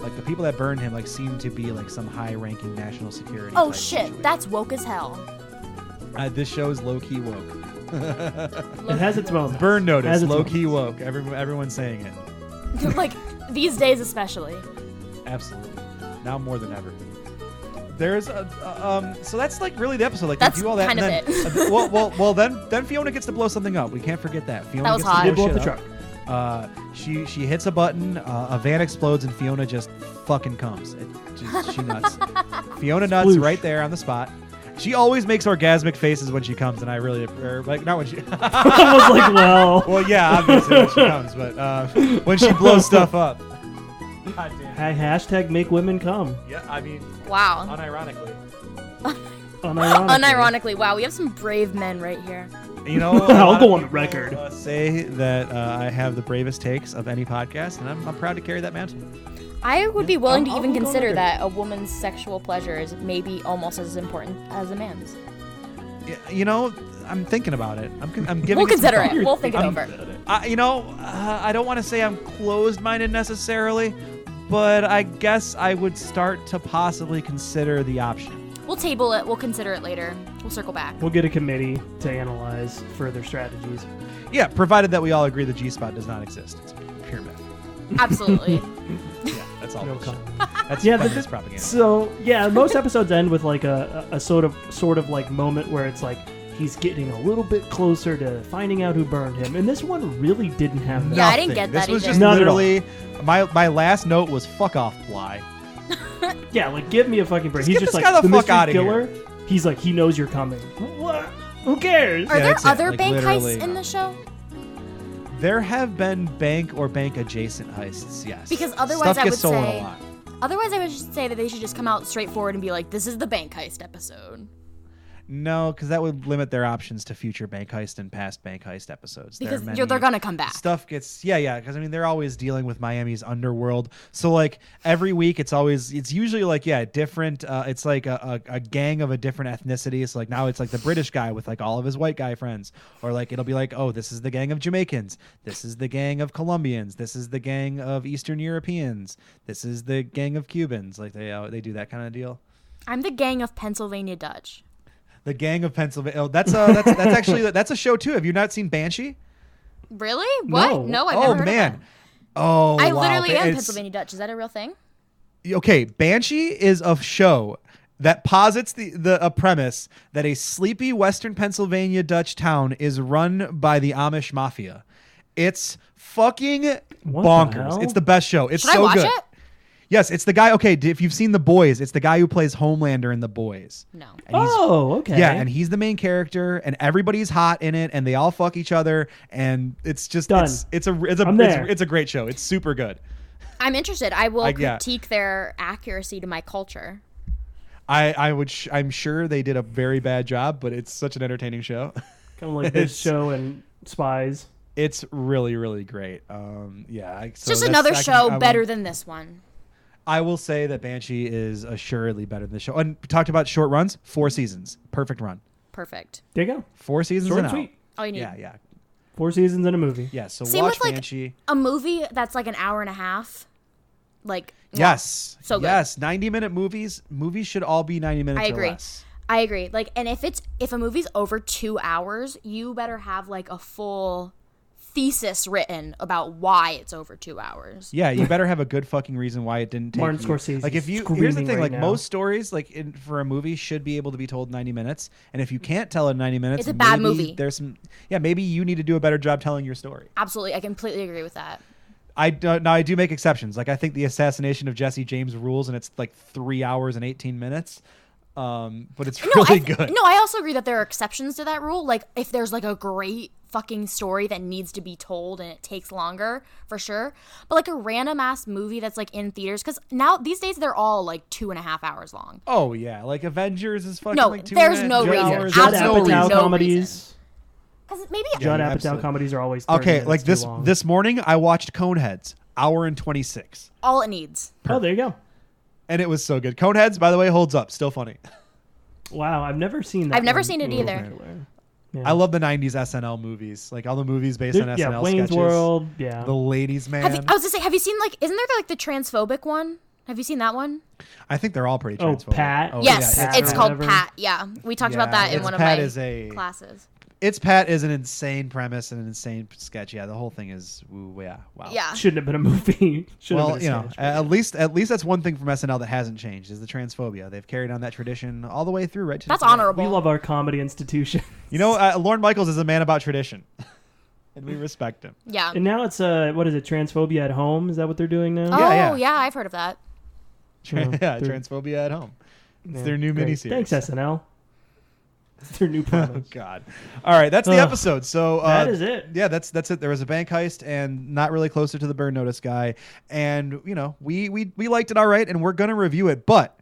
B: Like the people that burned him, like seem to be like some high-ranking national security.
C: Oh
B: type
C: shit,
B: situation.
C: that's woke as hell.
B: uh, this show is low-key woke.
A: it has its moments
B: Burn
A: As
B: notice,
A: it's
B: low-key woke. Everyone, everyone's saying it.
C: like these days, especially.
B: Absolutely. Now more than ever. There's a uh, um. So that's like really the episode. Like
C: That's
B: they do all that.
C: kind
B: and
C: of
B: then, uh,
C: it.
B: well, well, well. Then then Fiona gets to blow something up. We can't forget that. Fiona
C: That was
B: gets to
C: hot.
A: They
B: blow
A: blow up the
B: shit
A: truck
B: Uh, she she hits a button. Uh, a van explodes and Fiona just fucking comes. It, just, she nuts. Fiona nuts
A: Sploosh.
B: right there on the spot. She always makes orgasmic faces when she comes, and I really or, like not when she.
A: I was like, well,
B: well, yeah, obviously when she comes, but uh, when she blows stuff up. God damn.
A: ha- hashtag make women come.
B: Yeah, I mean,
C: Wow.
B: unironically.
A: Unironically.
C: Unironically, wow, we have some brave men right here.
B: You know, a
A: I'll
B: lot
A: go
B: of
A: on the
B: people,
A: record.
B: uh, say that uh, I have the bravest takes of any podcast, and I'm, I'm proud to carry that mantle.
C: I would be willing
A: I'll-
C: to even
A: I'll go
C: consider
A: under.
C: that a woman's sexual pleasure is maybe almost as important as a man's.
B: Y- You know, I'm thinking about it. I'm, con- I'm giving.
C: We'll
B: it some
C: consider
B: thought.
C: it. We'll think it
B: I'm-
C: over.
B: I, you know, uh, I don't want to say I'm closed-minded necessarily, but I guess I would start to possibly consider the option.
C: We'll table it. We'll consider it later. We'll circle back.
A: We'll get a committee to analyze further strategies.
B: Yeah, provided that we all agree the G spot does not exist. It's pure math.
C: Absolutely.
B: That's all.
A: No
B: bullshit.
A: comment.
B: That's
A: Yeah,
B: yeah,
A: but
B: this
A: the-
B: propaganda.
A: So yeah, most episodes end with like a, a a sort of sort of like moment where it's like he's getting a little bit closer to finding out who burned him, and this one really didn't have that.
C: Yeah, I didn't
B: Nothing.
C: get
B: This
C: that
B: was
C: either.
B: just
A: Not at all.
B: literally my my last note was fuck off, Bly.
A: Yeah, like give me a fucking break.
B: Just
A: he's
B: get
A: just
B: this
A: like
B: guy the fuck
A: mystery
B: outta
A: killer. He's like he knows you're coming. What? Who cares?
C: Are
B: Yeah,
C: there
B: that's it.
C: other
B: Like,
C: bank
B: literally-
C: heists in the show?
B: There have been bank or bank adjacent heists, yes.
C: Because otherwise
B: Stuff
C: I
B: gets
C: would
B: stolen
C: say-
B: a lot.
C: Otherwise, I would just say that they should just come out straightforward and be like, "This is the bank heist episode."
B: No, because that would limit their options to future bank heist and past bank heist episodes. There are
C: Because you're-
B: many-
C: they're gonna come back.
B: Stuff gets yeah, yeah. Because I mean, they're always dealing with Miami's underworld. So like every week, it's always it's usually like yeah, different. Uh, it's like a, a, a gang of a different ethnicity. So like now it's like the British guy with like all of his white guy friends, or like it'll be like oh, this is the gang of Jamaicans, this is the gang of Colombians, this is the gang of Eastern Europeans, this is the gang of Cubans. Like they uh, they do that kind of deal.
C: I'm the gang of Pennsylvania Dutch.
B: The Gang of Pennsylvania. Oh, that's uh, that's that's actually that's a show too. Have you not seen Banshee?
C: Really? What?
A: No.
C: No, I've never
B: oh
C: heard of
B: man.
C: that.
B: Oh,
C: I
B: wow.
C: literally am
B: It's-
C: Pennsylvania Dutch. Is that a real thing?
B: Okay, Banshee is a show that posits the, the a premise that a sleepy Western Pennsylvania Dutch town is run by the Amish mafia. It's fucking
A: the
B: bonkers.
A: hell?
B: it's the best show. It's
C: Should
B: so
C: I watch
B: good.
C: it?
B: Yes, it's the guy. Okay, d- if you've seen The Boys, it's the guy who plays Homelander in The Boys.
C: No.
B: And he's
A: Oh, okay.
B: Yeah, and he's the main character, and everybody's hot in it, and they all fuck each other, and it's just
A: Done.
B: It's, it's a it's a
A: I'm
B: it's,
A: there.
B: it's a great show. It's super good.
C: I'm interested. I will
B: I- yeah.
C: critique their accuracy to my culture.
B: I I would sh- I'm sure they did a very bad job, but it's such an entertaining show.
A: kind of like this
B: It's-
A: show and spies.
B: It's really really great. Um, yeah, I, so
C: Just
B: that's-
C: another
B: I can-
C: show
B: I will-
C: better than this one.
B: I will say that Banshee is assuredly better than the show. And we talked about short runs, four seasons, perfect run,
C: Perfect.
A: There you go.
B: four seasons
A: Short
B: and
A: and
B: out.
A: sweet.
C: All you need.
B: Yeah, yeah,
A: Four seasons and a movie.
B: yeah. So
C: Same
B: watch
C: with, like,
B: Banshee.
C: A movie that's like an hour and a half. Like yeah.
B: Yes.
C: So good.
B: yes, ninety minute movies. Movies should all be ninety minutes.
C: I agree.
B: Or less.
C: I agree. Like and if it's if a movie's over 2 hours, you better have like a full thesis written about why it's over 2 hours.
B: Yeah, you better have a good fucking reason why it didn't take
A: Martin
B: you-
A: Scorsese's
B: Like if you here's the
A: screaming
B: thing,
A: right
B: like
A: now.
B: most stories, like in, for a movie, should be able to be told ninety minutes. And if you can't tell in ninety minutes,
C: It's a bad
B: maybe
C: movie.
B: There's some, yeah, maybe you need to do a better job telling your story.
C: Absolutely. I completely agree with that.
B: I do, now I do make exceptions. Like I think the assassination of Jesse James rules, and it's like three hours and eighteen minutes. Um, but it's
C: No,
B: really
C: I th-
B: good.
C: No, I also agree that there are exceptions to that rule. Like if there's like a great fucking story that needs to be told and it takes longer, for sure. But like a random ass movie that's like in theaters, because now these days they're all like two and a half hours long.
B: Oh yeah, like Avengers is fucking
C: No,
B: like two
C: there's
B: and a
C: no
B: half
C: reason.
B: hours.
A: Judd
C: Absolutely no
A: Apatow
C: reason.
A: comedies.
C: Because maybe
A: Judd
B: Yeah,
A: Apatow
B: absolutely.
A: comedies are always 30
B: Okay,
A: minutes
B: like
A: too
B: this
A: long.
B: this morning I watched Coneheads, hour and twenty six,
C: all it needs.
A: Oh, there you go.
B: and it was so good. Coneheads, by the way, holds up, still funny.
A: Wow, I've never seen that.
C: I've never
A: one.
C: seen it
A: Ooh,
C: either.
A: man.
B: I love the '90s SNL movies, like all the movies based on
A: There-
B: SNL
A: yeah, Wayne's
B: sketches.
A: World. Yeah.
B: The Ladies Man.
C: Have you, oh. I was gonna say, have you seen like? Isn't there like the transphobic one? Have you seen that one?
B: I think they're all pretty.
A: Oh,
B: transphobic.
A: Pat.
B: Oh,
C: yes,
B: yeah,
A: Pat
C: it's
A: or
C: called
A: whatever.
C: Pat. Yeah, we talked about
B: Yeah,
C: that in
B: it's
C: one of
B: Pat
C: my
B: is a-
C: classes.
B: It's Pat is an insane premise and an insane sketch. Yeah, the whole thing is woo, yeah, wow.
C: Yeah,
A: Shouldn't have been a movie. Should have
B: Well,
A: been a
B: you know,
A: sketch.
B: at least at least that's one thing from SNL that hasn't changed is the transphobia. They've carried on that tradition all the way through, right? To
C: that's
B: today.
A: we
C: honorable.
A: love our comedy institution.
B: You know, uh, Lorne Michaels is a man about tradition, and we respect him.
C: yeah.
A: And now it's uh, what is it? Transphobia at home? Is that what they're doing now?
C: oh
B: yeah.
C: yeah, I've heard of that.
B: Tra-
A: Yeah,
B: yeah,
A: they're-
B: transphobia at home. It's
A: Yeah,
B: their new
A: great.
B: miniseries.
A: Thanks, SNL. It's their new
B: Oh
A: premise.
B: God! All right, that's the
A: Ugh.
B: episode. So uh,
A: That is it.
B: Yeah, that's that's it. There was a bank heist, and not really closer to the burn notice guy. And you know, we we we liked it all right, and we're gonna review it. But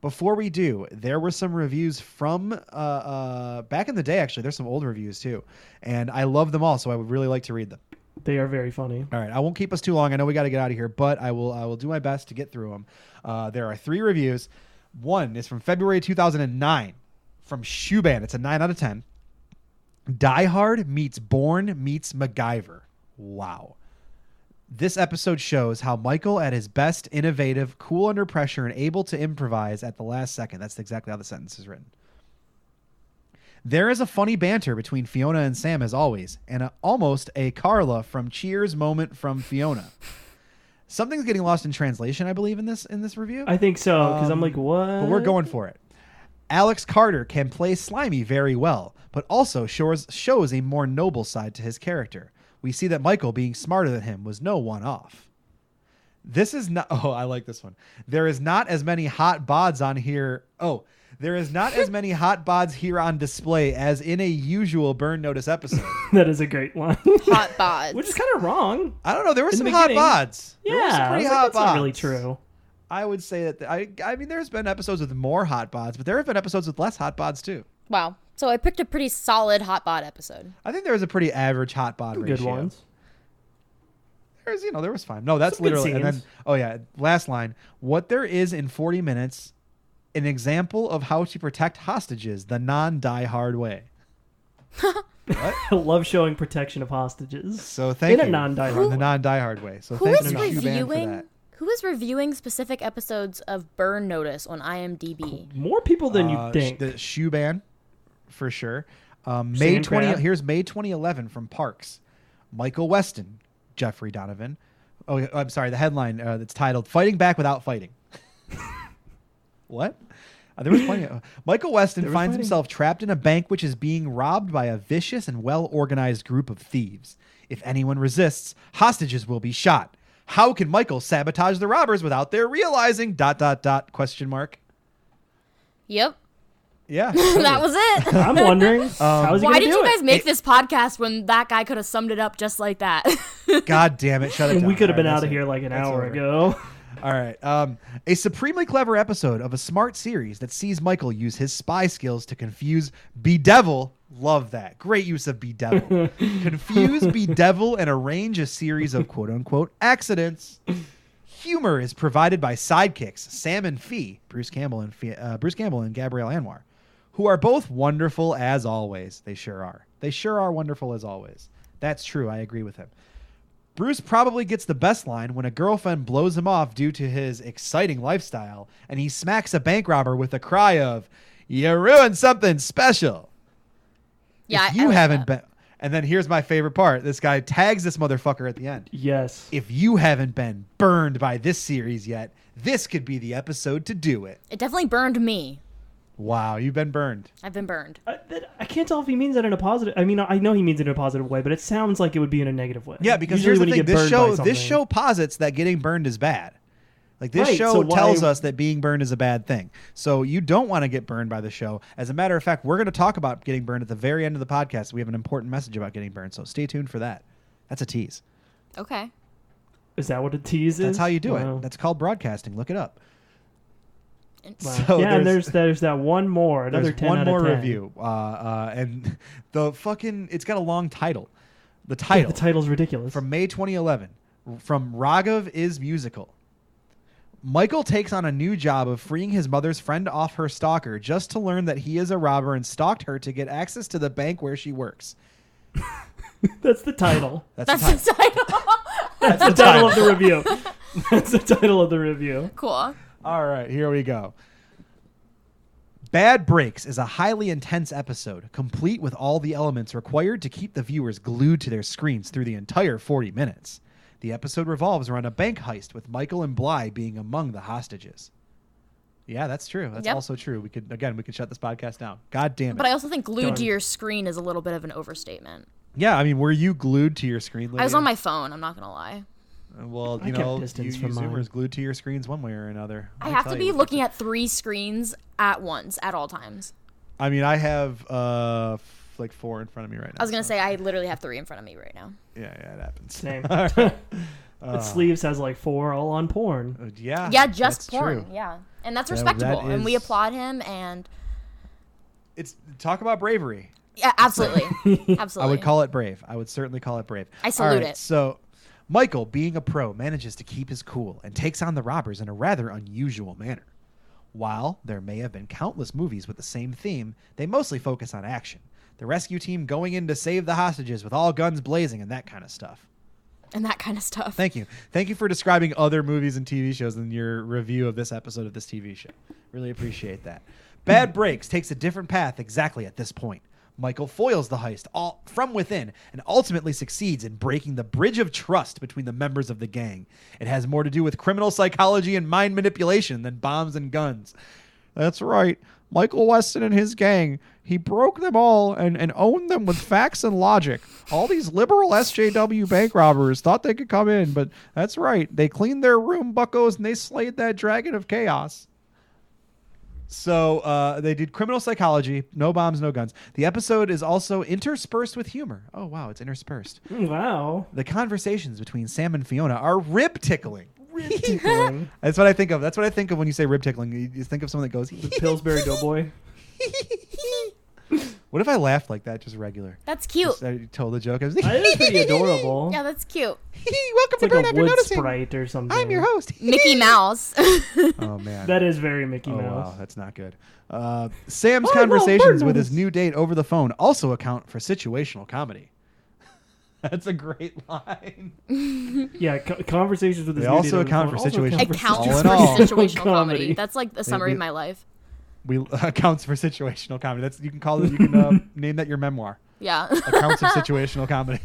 B: before we do, there were some reviews from uh, uh, back in the day. Actually, there's some old reviews too, and I love them all. So I would really like to read them.
A: They are very funny.
B: All right, I won't keep us too long. I know we got to get out of here, but I will. I will do my best to get through them. Uh, there are three reviews. One is from February 2009 from Shoeban. It's a nine out of ten. Die Hard meets Born meets MacGyver. Wow. This episode shows how Michael, at his best, innovative, cool under pressure, and able to improvise at the last second. That's exactly how the sentence is written. There is a funny banter between Fiona and Sam as always, and a, almost a Carla from Cheers moment from Fiona. Something's getting lost in translation, I believe, in this in this review.
A: I think so because I'm
B: Um,
A: like, what?
B: but we're going for it. Alex Carter can play Slimy very well, but also shows, shows a more noble side to his character. We see that Michael being smarter than him was no one off. This is not. Oh, I like this one. There is not as many hot bods on here. Oh, there is not as many hot bods here on display as in a usual Burn Notice episode.
A: That is a great one,
E: Hot bods.
A: which is kind of wrong.
B: I don't know. There were
A: In
B: some
A: the
B: hot
A: beginning.
B: bods.
A: Yeah,
B: there were
A: I
B: some
A: was
B: pretty
A: like,
B: hot
A: that's not
B: bods.
A: really true.
B: I would say that I. I mean, there's been episodes with more hot bods, but there have been episodes with less hot bods too.
C: Wow.
E: so I picked a pretty solid hot bod episode.
B: I think there was a pretty average hot bod
A: Some
B: ratio.
A: good ones.
B: There's, you know, there was fine. No, that's
A: Some good
B: literally. And then,
A: scenes.
B: oh yeah, last line. What there is in 40 minutes, an example of how to protect hostages the non-diehard way.
A: I love showing protection of hostages.
B: So thank
A: In a
B: you
A: non-diehard
B: for the
A: way.
B: non-diehard way. So
E: Who
B: thank
E: is
B: you, Shuban, for
E: reviewing?
B: that.
E: Who is reviewing specific episodes of Burn Notice on IMDb?
A: More people than you
B: Uh, sh-
A: think.
B: the shoe ban for sure. Um, May
A: Sand
B: twenty.
A: crab.
B: Here's May twenty eleven from Parks. Michael Weston, Jeffrey Donovan. Oh, yeah, I'm sorry. The headline uh, that's titled "Fighting Back Without Fighting." what? Uh, there was plenty. Of, Michael Weston
A: There was
B: finds
A: fighting.
B: himself trapped in a bank which is being robbed by a vicious and well-organized group of thieves. If anyone resists, hostages will be shot. How can Michael sabotage the robbers without their realizing? Dot dot dot question mark.
E: Yep,
B: Yeah,
E: that was it.
A: I'm wondering how's he
E: Um, Why
A: gonna
E: did
A: do
E: you
A: it?
E: guys make this podcast when that guy could have summed it up just like that?
B: God damn it! Shut it down.
A: we could have
B: All
A: been
B: right,
A: out
B: that's
A: of
B: it.
A: here like an
B: That's
A: hour
B: over.
A: ago.
B: All right. Um, a supremely clever episode of a smart series that sees Michael use his spy skills to confuse Bedevil. Love that. Great use of Bedevil. confuse Bedevil and arrange a series of quote unquote accidents. Humor is provided by sidekicks Sam and Fee, Bruce Campbell and Fee, uh, Bruce Campbell and Gabrielle Anwar, who are both wonderful as always. They sure are. They sure are wonderful as always. That's true. I agree with him. Bruce probably gets the best line when a girlfriend blows him off due to his exciting lifestyle, and he smacks a bank robber with a cry of, You ruined something special.
E: yeah,
B: if
E: I-
B: you
E: I like that.
B: haven't been. And then here's my favorite part this guy tags this motherfucker at the end.
A: yes.
B: If you haven't been burned by this series yet, this could be the episode to do it.
E: It definitely burned me.
B: Wow, you've been burned.
E: I've been burned.
A: I, that, I can't tell if he means that in a positive. I mean, I know he means it in a positive way, but it sounds like it would be in a negative way.
B: Yeah, because
A: Usually
B: here's the
A: when you
B: thing:
A: get
B: this
A: burned by
B: show this
A: something-
B: show posits that getting burned is bad. Like this
A: Right,
B: show
A: so why-
B: tells us that being burned is a bad thing. So you don't want to get burned by the show. As a matter of fact, we're going to talk about getting burned at the very end of the podcast. We have an important message about getting burned, so stay tuned for that. That's a tease.
E: Okay.
A: is that what a tease is?
B: That's how you do
A: Wow.
B: it. That's called broadcasting. Look it up.
A: Wow.
B: So
A: yeah, and
B: there's-
A: there's there's that one more, another
B: There's
A: 10
B: one
A: out of
B: more
A: 10.
B: review, uh, uh, and the fucking it's got a long title. The title
A: The title's ridiculous.
B: from May 2011 from Raghav is musical. Michael takes on a new job of freeing his mother's friend off her stalker just to learn that he is a robber and stalked her to get access to the bank where she works.
A: That's the title.
B: That's,
E: That's
B: the title.
E: the title.
A: That's the title of the review. That's the title of the review.
E: cool.
B: All right, here we go. Bad Breaks is a highly intense episode, complete with all the elements required to keep the viewers glued to their screens through the entire 40 minutes. The episode revolves around a bank heist with Michael and Bly being among the hostages. Yeah, that's true. That's
E: Yep.
B: also true. We could again, we could shut this podcast down. God damn it.
E: But I also think glued
A: Done.
E: to your screen is a little bit of an overstatement.
B: yeah, I mean, were you glued to your screen?
E: I was
B: Lydia?
E: on my phone. I'm not gonna lie.
B: Well,
A: I
B: you
A: kept
B: know, you, you
A: distance from mine.
B: zoomers glued to your screens one way or another.
E: I
B: Let me
E: have to
B: tell
E: be
B: you.
E: looking at three screens at once at all times.
B: I mean, I have uh f- like four in front of me right now.
E: I was gonna
B: so-
E: say I literally have three in front of me right now.
B: Yeah, yeah, it happens.
A: Same.
B: All right.
A: But Sleeves has like four all on porn.
B: Uh, yeah.
E: yeah, just
B: that's
E: porn.
B: true.
E: Yeah, and that's
B: Yeah, that
E: respectable, and we
B: is-
E: applaud him. And
B: It's talk about bravery.
E: yeah, absolutely,
B: I
E: absolutely.
B: would call it brave. I would certainly call it brave.
E: I salute
B: All right,
E: it.
B: So, Michael, being a pro, manages to keep his cool and takes on the robbers in a rather unusual manner. While there may have been countless movies with the same theme, they mostly focus on action. The rescue team going in to save the hostages with all guns blazing and that kind of stuff.
E: and that kind of stuff.
B: Thank you. Thank you for describing other movies and TV shows in your review of this episode of this TV show. Really appreciate that. Bad Breaks takes a different path exactly at this point. Michael foils the heist all from within and ultimately succeeds in breaking the bridge of trust between the members of the gang. It has more to do with criminal psychology and mind manipulation than bombs and guns. That's right. Michael Weston and his gang, he broke them all and, and owned them with facts and logic. All these liberal SJW bank robbers thought they could come in, but that's right. They cleaned their room, buckos, and they slayed that dragon of chaos. So uh, they did criminal psychology, no bombs, no guns. The episode is also interspersed with humor. Oh, wow, it's interspersed.
A: Wow.
B: The conversations between Sam and Fiona are rib tickling.
A: Tickling.
B: That's what I think of. That's what I think of when you say rib tickling. You, you think of someone that goes,
A: the Pillsbury Doughboy.
B: What if I laughed like that, just regular?
E: That's cute.
B: Just, I told the joke. I was like,
A: That is pretty adorable.
E: Yeah, that's cute.
B: welcome
A: it's
B: to
A: like
B: Burn
A: a
B: After
A: wood
B: Noticing.
A: sprite or something.
B: I'm your host.
E: Mickey Mouse.
B: oh man.
A: That is very Mickey
B: Oh,
A: Mouse.
B: wow, that's not good. Uh, Sam's
A: Oh, no,
B: conversations
A: Burn
B: with his
A: Notice.
B: new date over the phone also account for situational comedy. That's a great line.
A: Yeah, co- conversations with
B: They
A: this.
B: also account for situations.
E: It counts
B: All
E: for
B: in all.
E: situational
A: Comedy.
E: comedy. That's like the summary
B: be-
E: of my life.
B: We accounts for situational comedy. That's you can call it. You can uh, name that your memoir.
E: Yeah.
B: accounts of situational comedy.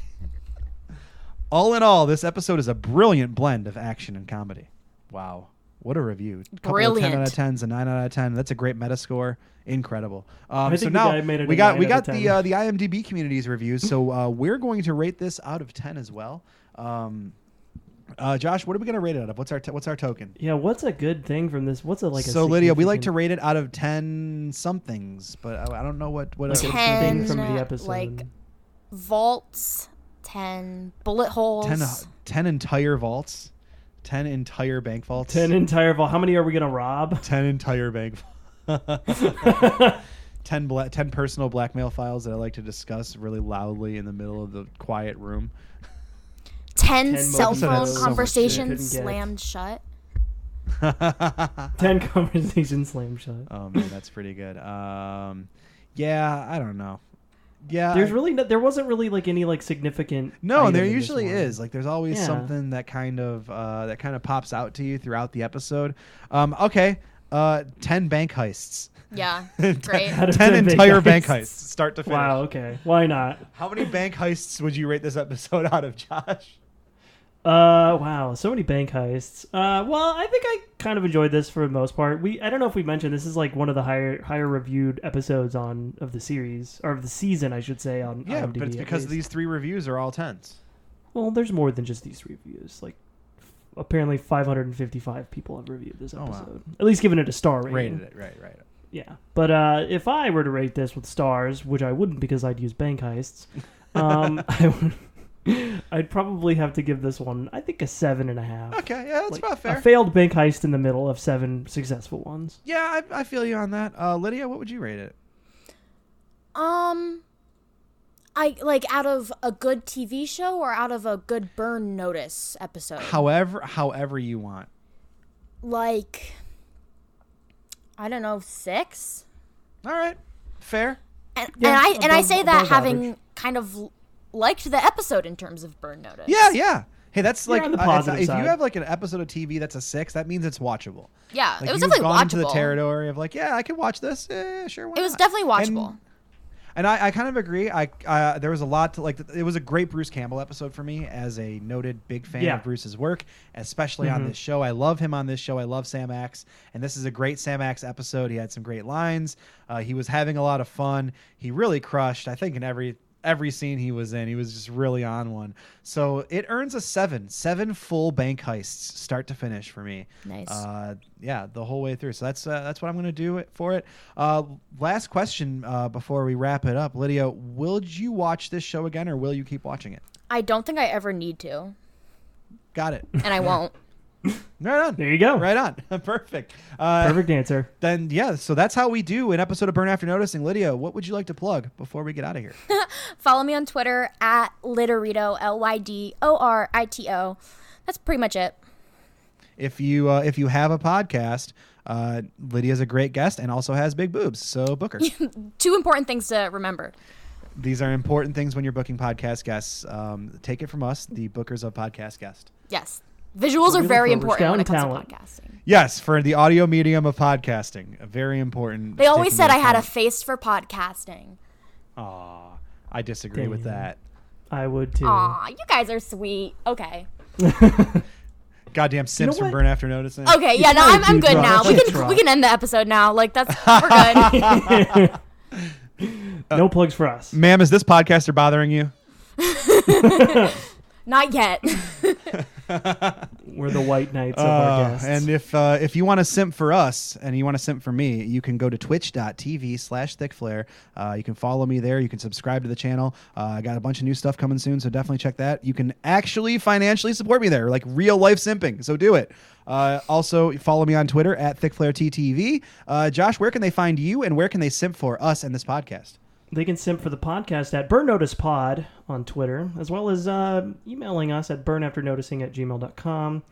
B: All in all, this episode is a brilliant blend of action and comedy. Wow. What a review. Couple Of 10
E: Brilliant.
B: out of 10s, a 9 out of 10. That's a great meta score. Incredible. Um,
A: I
B: so
A: think the
B: now
A: guy made it
B: we
A: a
B: got
A: 9
B: we
A: out
B: got
A: of
B: the
A: 10.
B: uh, the IMDb community's reviews. So uh, we're going to rate this out of 10 as well. Um, uh, Josh, what are we going to rate it out of? What's our t- what's our token?
A: Yeah, what's a good thing from this? What's a like? A
B: so Lydia, we like to
A: significant
B: rate it out of 10 somethings, but I, I don't know what what
A: Like
B: else-
A: a
E: Ten,
A: thing from the
E: like,
A: episode.
E: Vaults, 10 bullet holes.
B: 10, 10 uh, entire vaults, 10 entire bank vaults,
A: ten entire vault. How many are we gonna rob?
B: 10 entire bank ten, bla- 10 personal blackmail files that I like to discuss really loudly in the middle of the quiet room.
E: 10
A: 10
E: cell
A: moments.
E: phone
A: So much shit.
E: conversations
A: Couldn't get it.
E: slammed shut.
B: oh
A: ten conversations slam shot.
B: man, that's pretty good. Um, yeah, I don't know. Yeah.
A: There's
B: I-
A: really no, there wasn't really like any like significant.
B: Uh, no,
A: item
B: there
A: in this
B: usually
A: one.
B: is. Like, there's always
A: Yeah.
B: something that kind of uh, that kind of pops out to you throughout the episode. Um, okay, uh, ten bank heists,
E: Yeah.
B: ten,
E: Great.
A: Out of
B: 10
A: 10 bank
B: entire bank heists,
A: heists.
B: start to finish.
A: Wow. Okay. Why not?
B: How many bank heists would you rate this episode out of, Josh?
A: Uh. Wow. So many bank heists. Uh. Well, I think I kind of enjoyed this for the most part. We. I don't know if we mentioned this is like one of the higher higher reviewed episodes on of the series or of the season, I should say. On
B: Yeah,
A: IMDb
B: but it's
A: at
B: because
A: least.
B: these three reviews are all tens.
A: Well, there's more than just these reviews. Like, apparently, 555 people have reviewed this
B: Oh, wow.
A: episode. At least given it a star rating.
B: Rated it, right, right.
A: Yeah. But uh, if I were to rate this with stars, which I wouldn't because I'd use bank heists, um, I would, I'd probably have to give this one, I think, a seven and a half.
B: Okay, yeah, that's
A: Like,
B: about fair.
A: A failed bank heist in the middle of seven successful ones.
B: yeah, I, I feel you on that. Uh, Lydia, what would you rate it?
E: Um,
C: I like out of a good TV show or out of a good burn notice episode.
B: However, however you want.
C: Like I don't know, 6?
B: All right, fair.
C: And,
A: Yeah,
C: and I and I
A: above-
C: say that
A: above average.
C: having kind of l- liked the episode in terms of burn notice.
B: Yeah, yeah. Hey, that's
A: You're
B: like
A: on the
B: uh, it's-
A: positive
B: if
A: side.
B: you have like an episode of TV that's a six, that means it's watchable.
C: Yeah,
B: Like,
C: Uh, it
B: you've
C: was definitely
B: gone
C: watchable.
B: into the territory of like, yeah, I could watch this. Eh, sure, why
C: It was
B: not?
C: definitely
B: And-
C: watchable.
B: And I, I kind of agree. I uh, there was a lot to like. th- It was a great Bruce Campbell episode for me as a noted big fan
A: Yeah.
B: of Bruce's work, especially on
A: Mhm.
B: this show. I love him on this show. I love Sam Axe, and this is a great Sam Axe episode. He had some great lines. Uh, he was having a lot of fun. He really crushed. I think in every every scene he was in, he was just really on one. So it earns a seven, seven full bank heists, start to finish for me.
E: Nice.
B: Uh, yeah, the whole way through. So that's uh, that's what I'm going to do it for it. Uh, last question uh, before we wrap it up, Lydia, will you watch this show again, or will you keep watching it?
E: I don't think I ever need to,
B: Got it.
E: and I won't.
B: Right on.
A: There you go.
B: Right on. Perfect. Uh,
A: Perfect answer.
B: Then yeah, so that's how we do an episode of Burn After Noticing. Lydia, what would you like to plug before we get out of here?
C: Follow me on Twitter at Lidorito, L Y D O R I T O. That's pretty much it.
B: if you uh, if you have a podcast, uh, Lydia's a great guest and also has big boobs. So book her.
C: Two important things to remember.
B: These are important things when you're booking podcast guests. Um, take it from us, the bookers of podcast guest.
C: Yes.
A: We're
C: Visuals are
A: really
C: very
A: focused
C: important when
A: on
C: it comes
A: talent.
C: to podcasting.
B: Yes, for the audio medium of podcasting, a very important.
C: They always
B: taking
C: said I
B: into
C: had a
B: account.
C: face for podcasting.
B: Aw, I disagree with
A: Damn.
B: that.
A: I would too.
C: Aw, you guys are sweet. Okay.
B: Goddamn simps
A: what?
B: from Burn After Noticing.
C: Okay, yeah, no,
A: probably
C: I'm, I'm
A: do
C: good
A: try.
C: now.
A: You
C: We
A: should
C: can
A: try.
C: we can end the episode now. Like that's we're good.
B: Uh,
A: no plugs for us.
B: Ma'am, is this podcaster bothering you?
C: Not yet.
A: We're the white knights of
B: Uh,
A: our guests.
B: and if uh, if you want to simp for us and you want to simp for me, you can go to twitch.tv slash thickflare. Uh, you can follow me there. You can subscribe to the channel. Uh, I got a bunch of new stuff coming soon, so definitely check that. You can actually financially support me there, like real life simping. So do it. Uh, also, follow me on Twitter at thickflarettv. Uh, Josh, where can they find you and where can they simp for us and this podcast?
A: they can simp for the podcast at Burn Notice Pod on Twitter, as well as uh, emailing us at burnafternoticing at gmail.com.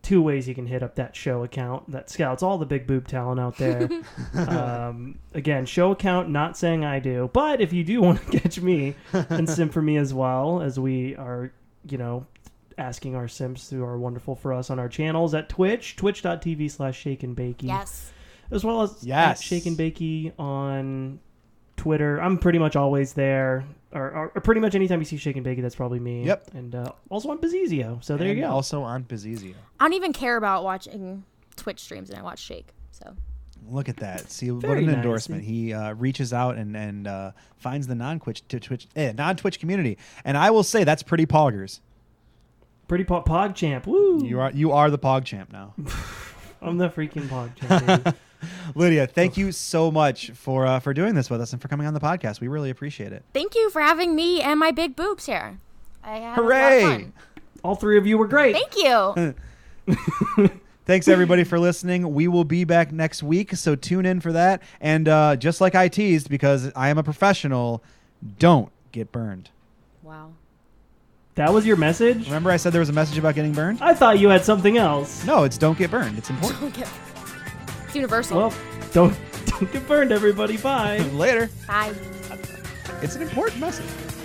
A: Two ways you can hit up that show account that scouts all the big boob talent out there. um, again, show account, not saying I do, but if you do want to catch me and simp for me as well, as we are, you know, asking our simps who are wonderful for us on our channels at Twitch, twitch.tv slash shake and bakey
C: yes.
A: as well as
B: Yes.
A: at Shake and Bakey on Twitter. I'm pretty much always there, or, or, or pretty much anytime you see Shake and Bakey, that's probably me.
B: Yep.
A: And uh, also on Bazizio. So there
B: And
A: you go.
B: Also on Bizizio.
C: I don't even care about watching Twitch streams and I watch Shake. So
B: Look at that! See what
A: Very
B: an
A: nice.
B: endorsement. He uh, reaches out and and uh, finds the non Twitch Twitch eh, non Twitch community, and I will say that's pretty poggers.
A: Pretty po- Pog Champ. Woo!
B: You are you are the pog champ now,
A: I'm the freaking Pog Champ. baby.
B: Lydia. Thank you so much for uh, for doing this with us and for coming on the podcast. We really appreciate it.
C: thank you for having me and my big boobs here. I had A lot of
B: Hooray!
C: fun.
A: All three of you were great.
C: Thank you.
B: Thanks everybody for listening. We will be back next week, so tune in for that. And uh, just like I teased, because I am a professional, don't get burned.
E: Wow.
A: That was your message?
B: Remember, I said there was a message about getting burned.
A: I thought you had something else.
B: No, it's don't get burned. It's important.
C: Don't get- it's universal.
A: Well, don't, don't get burned, everybody. Bye.
B: Later.
C: Bye.
B: It's an important message.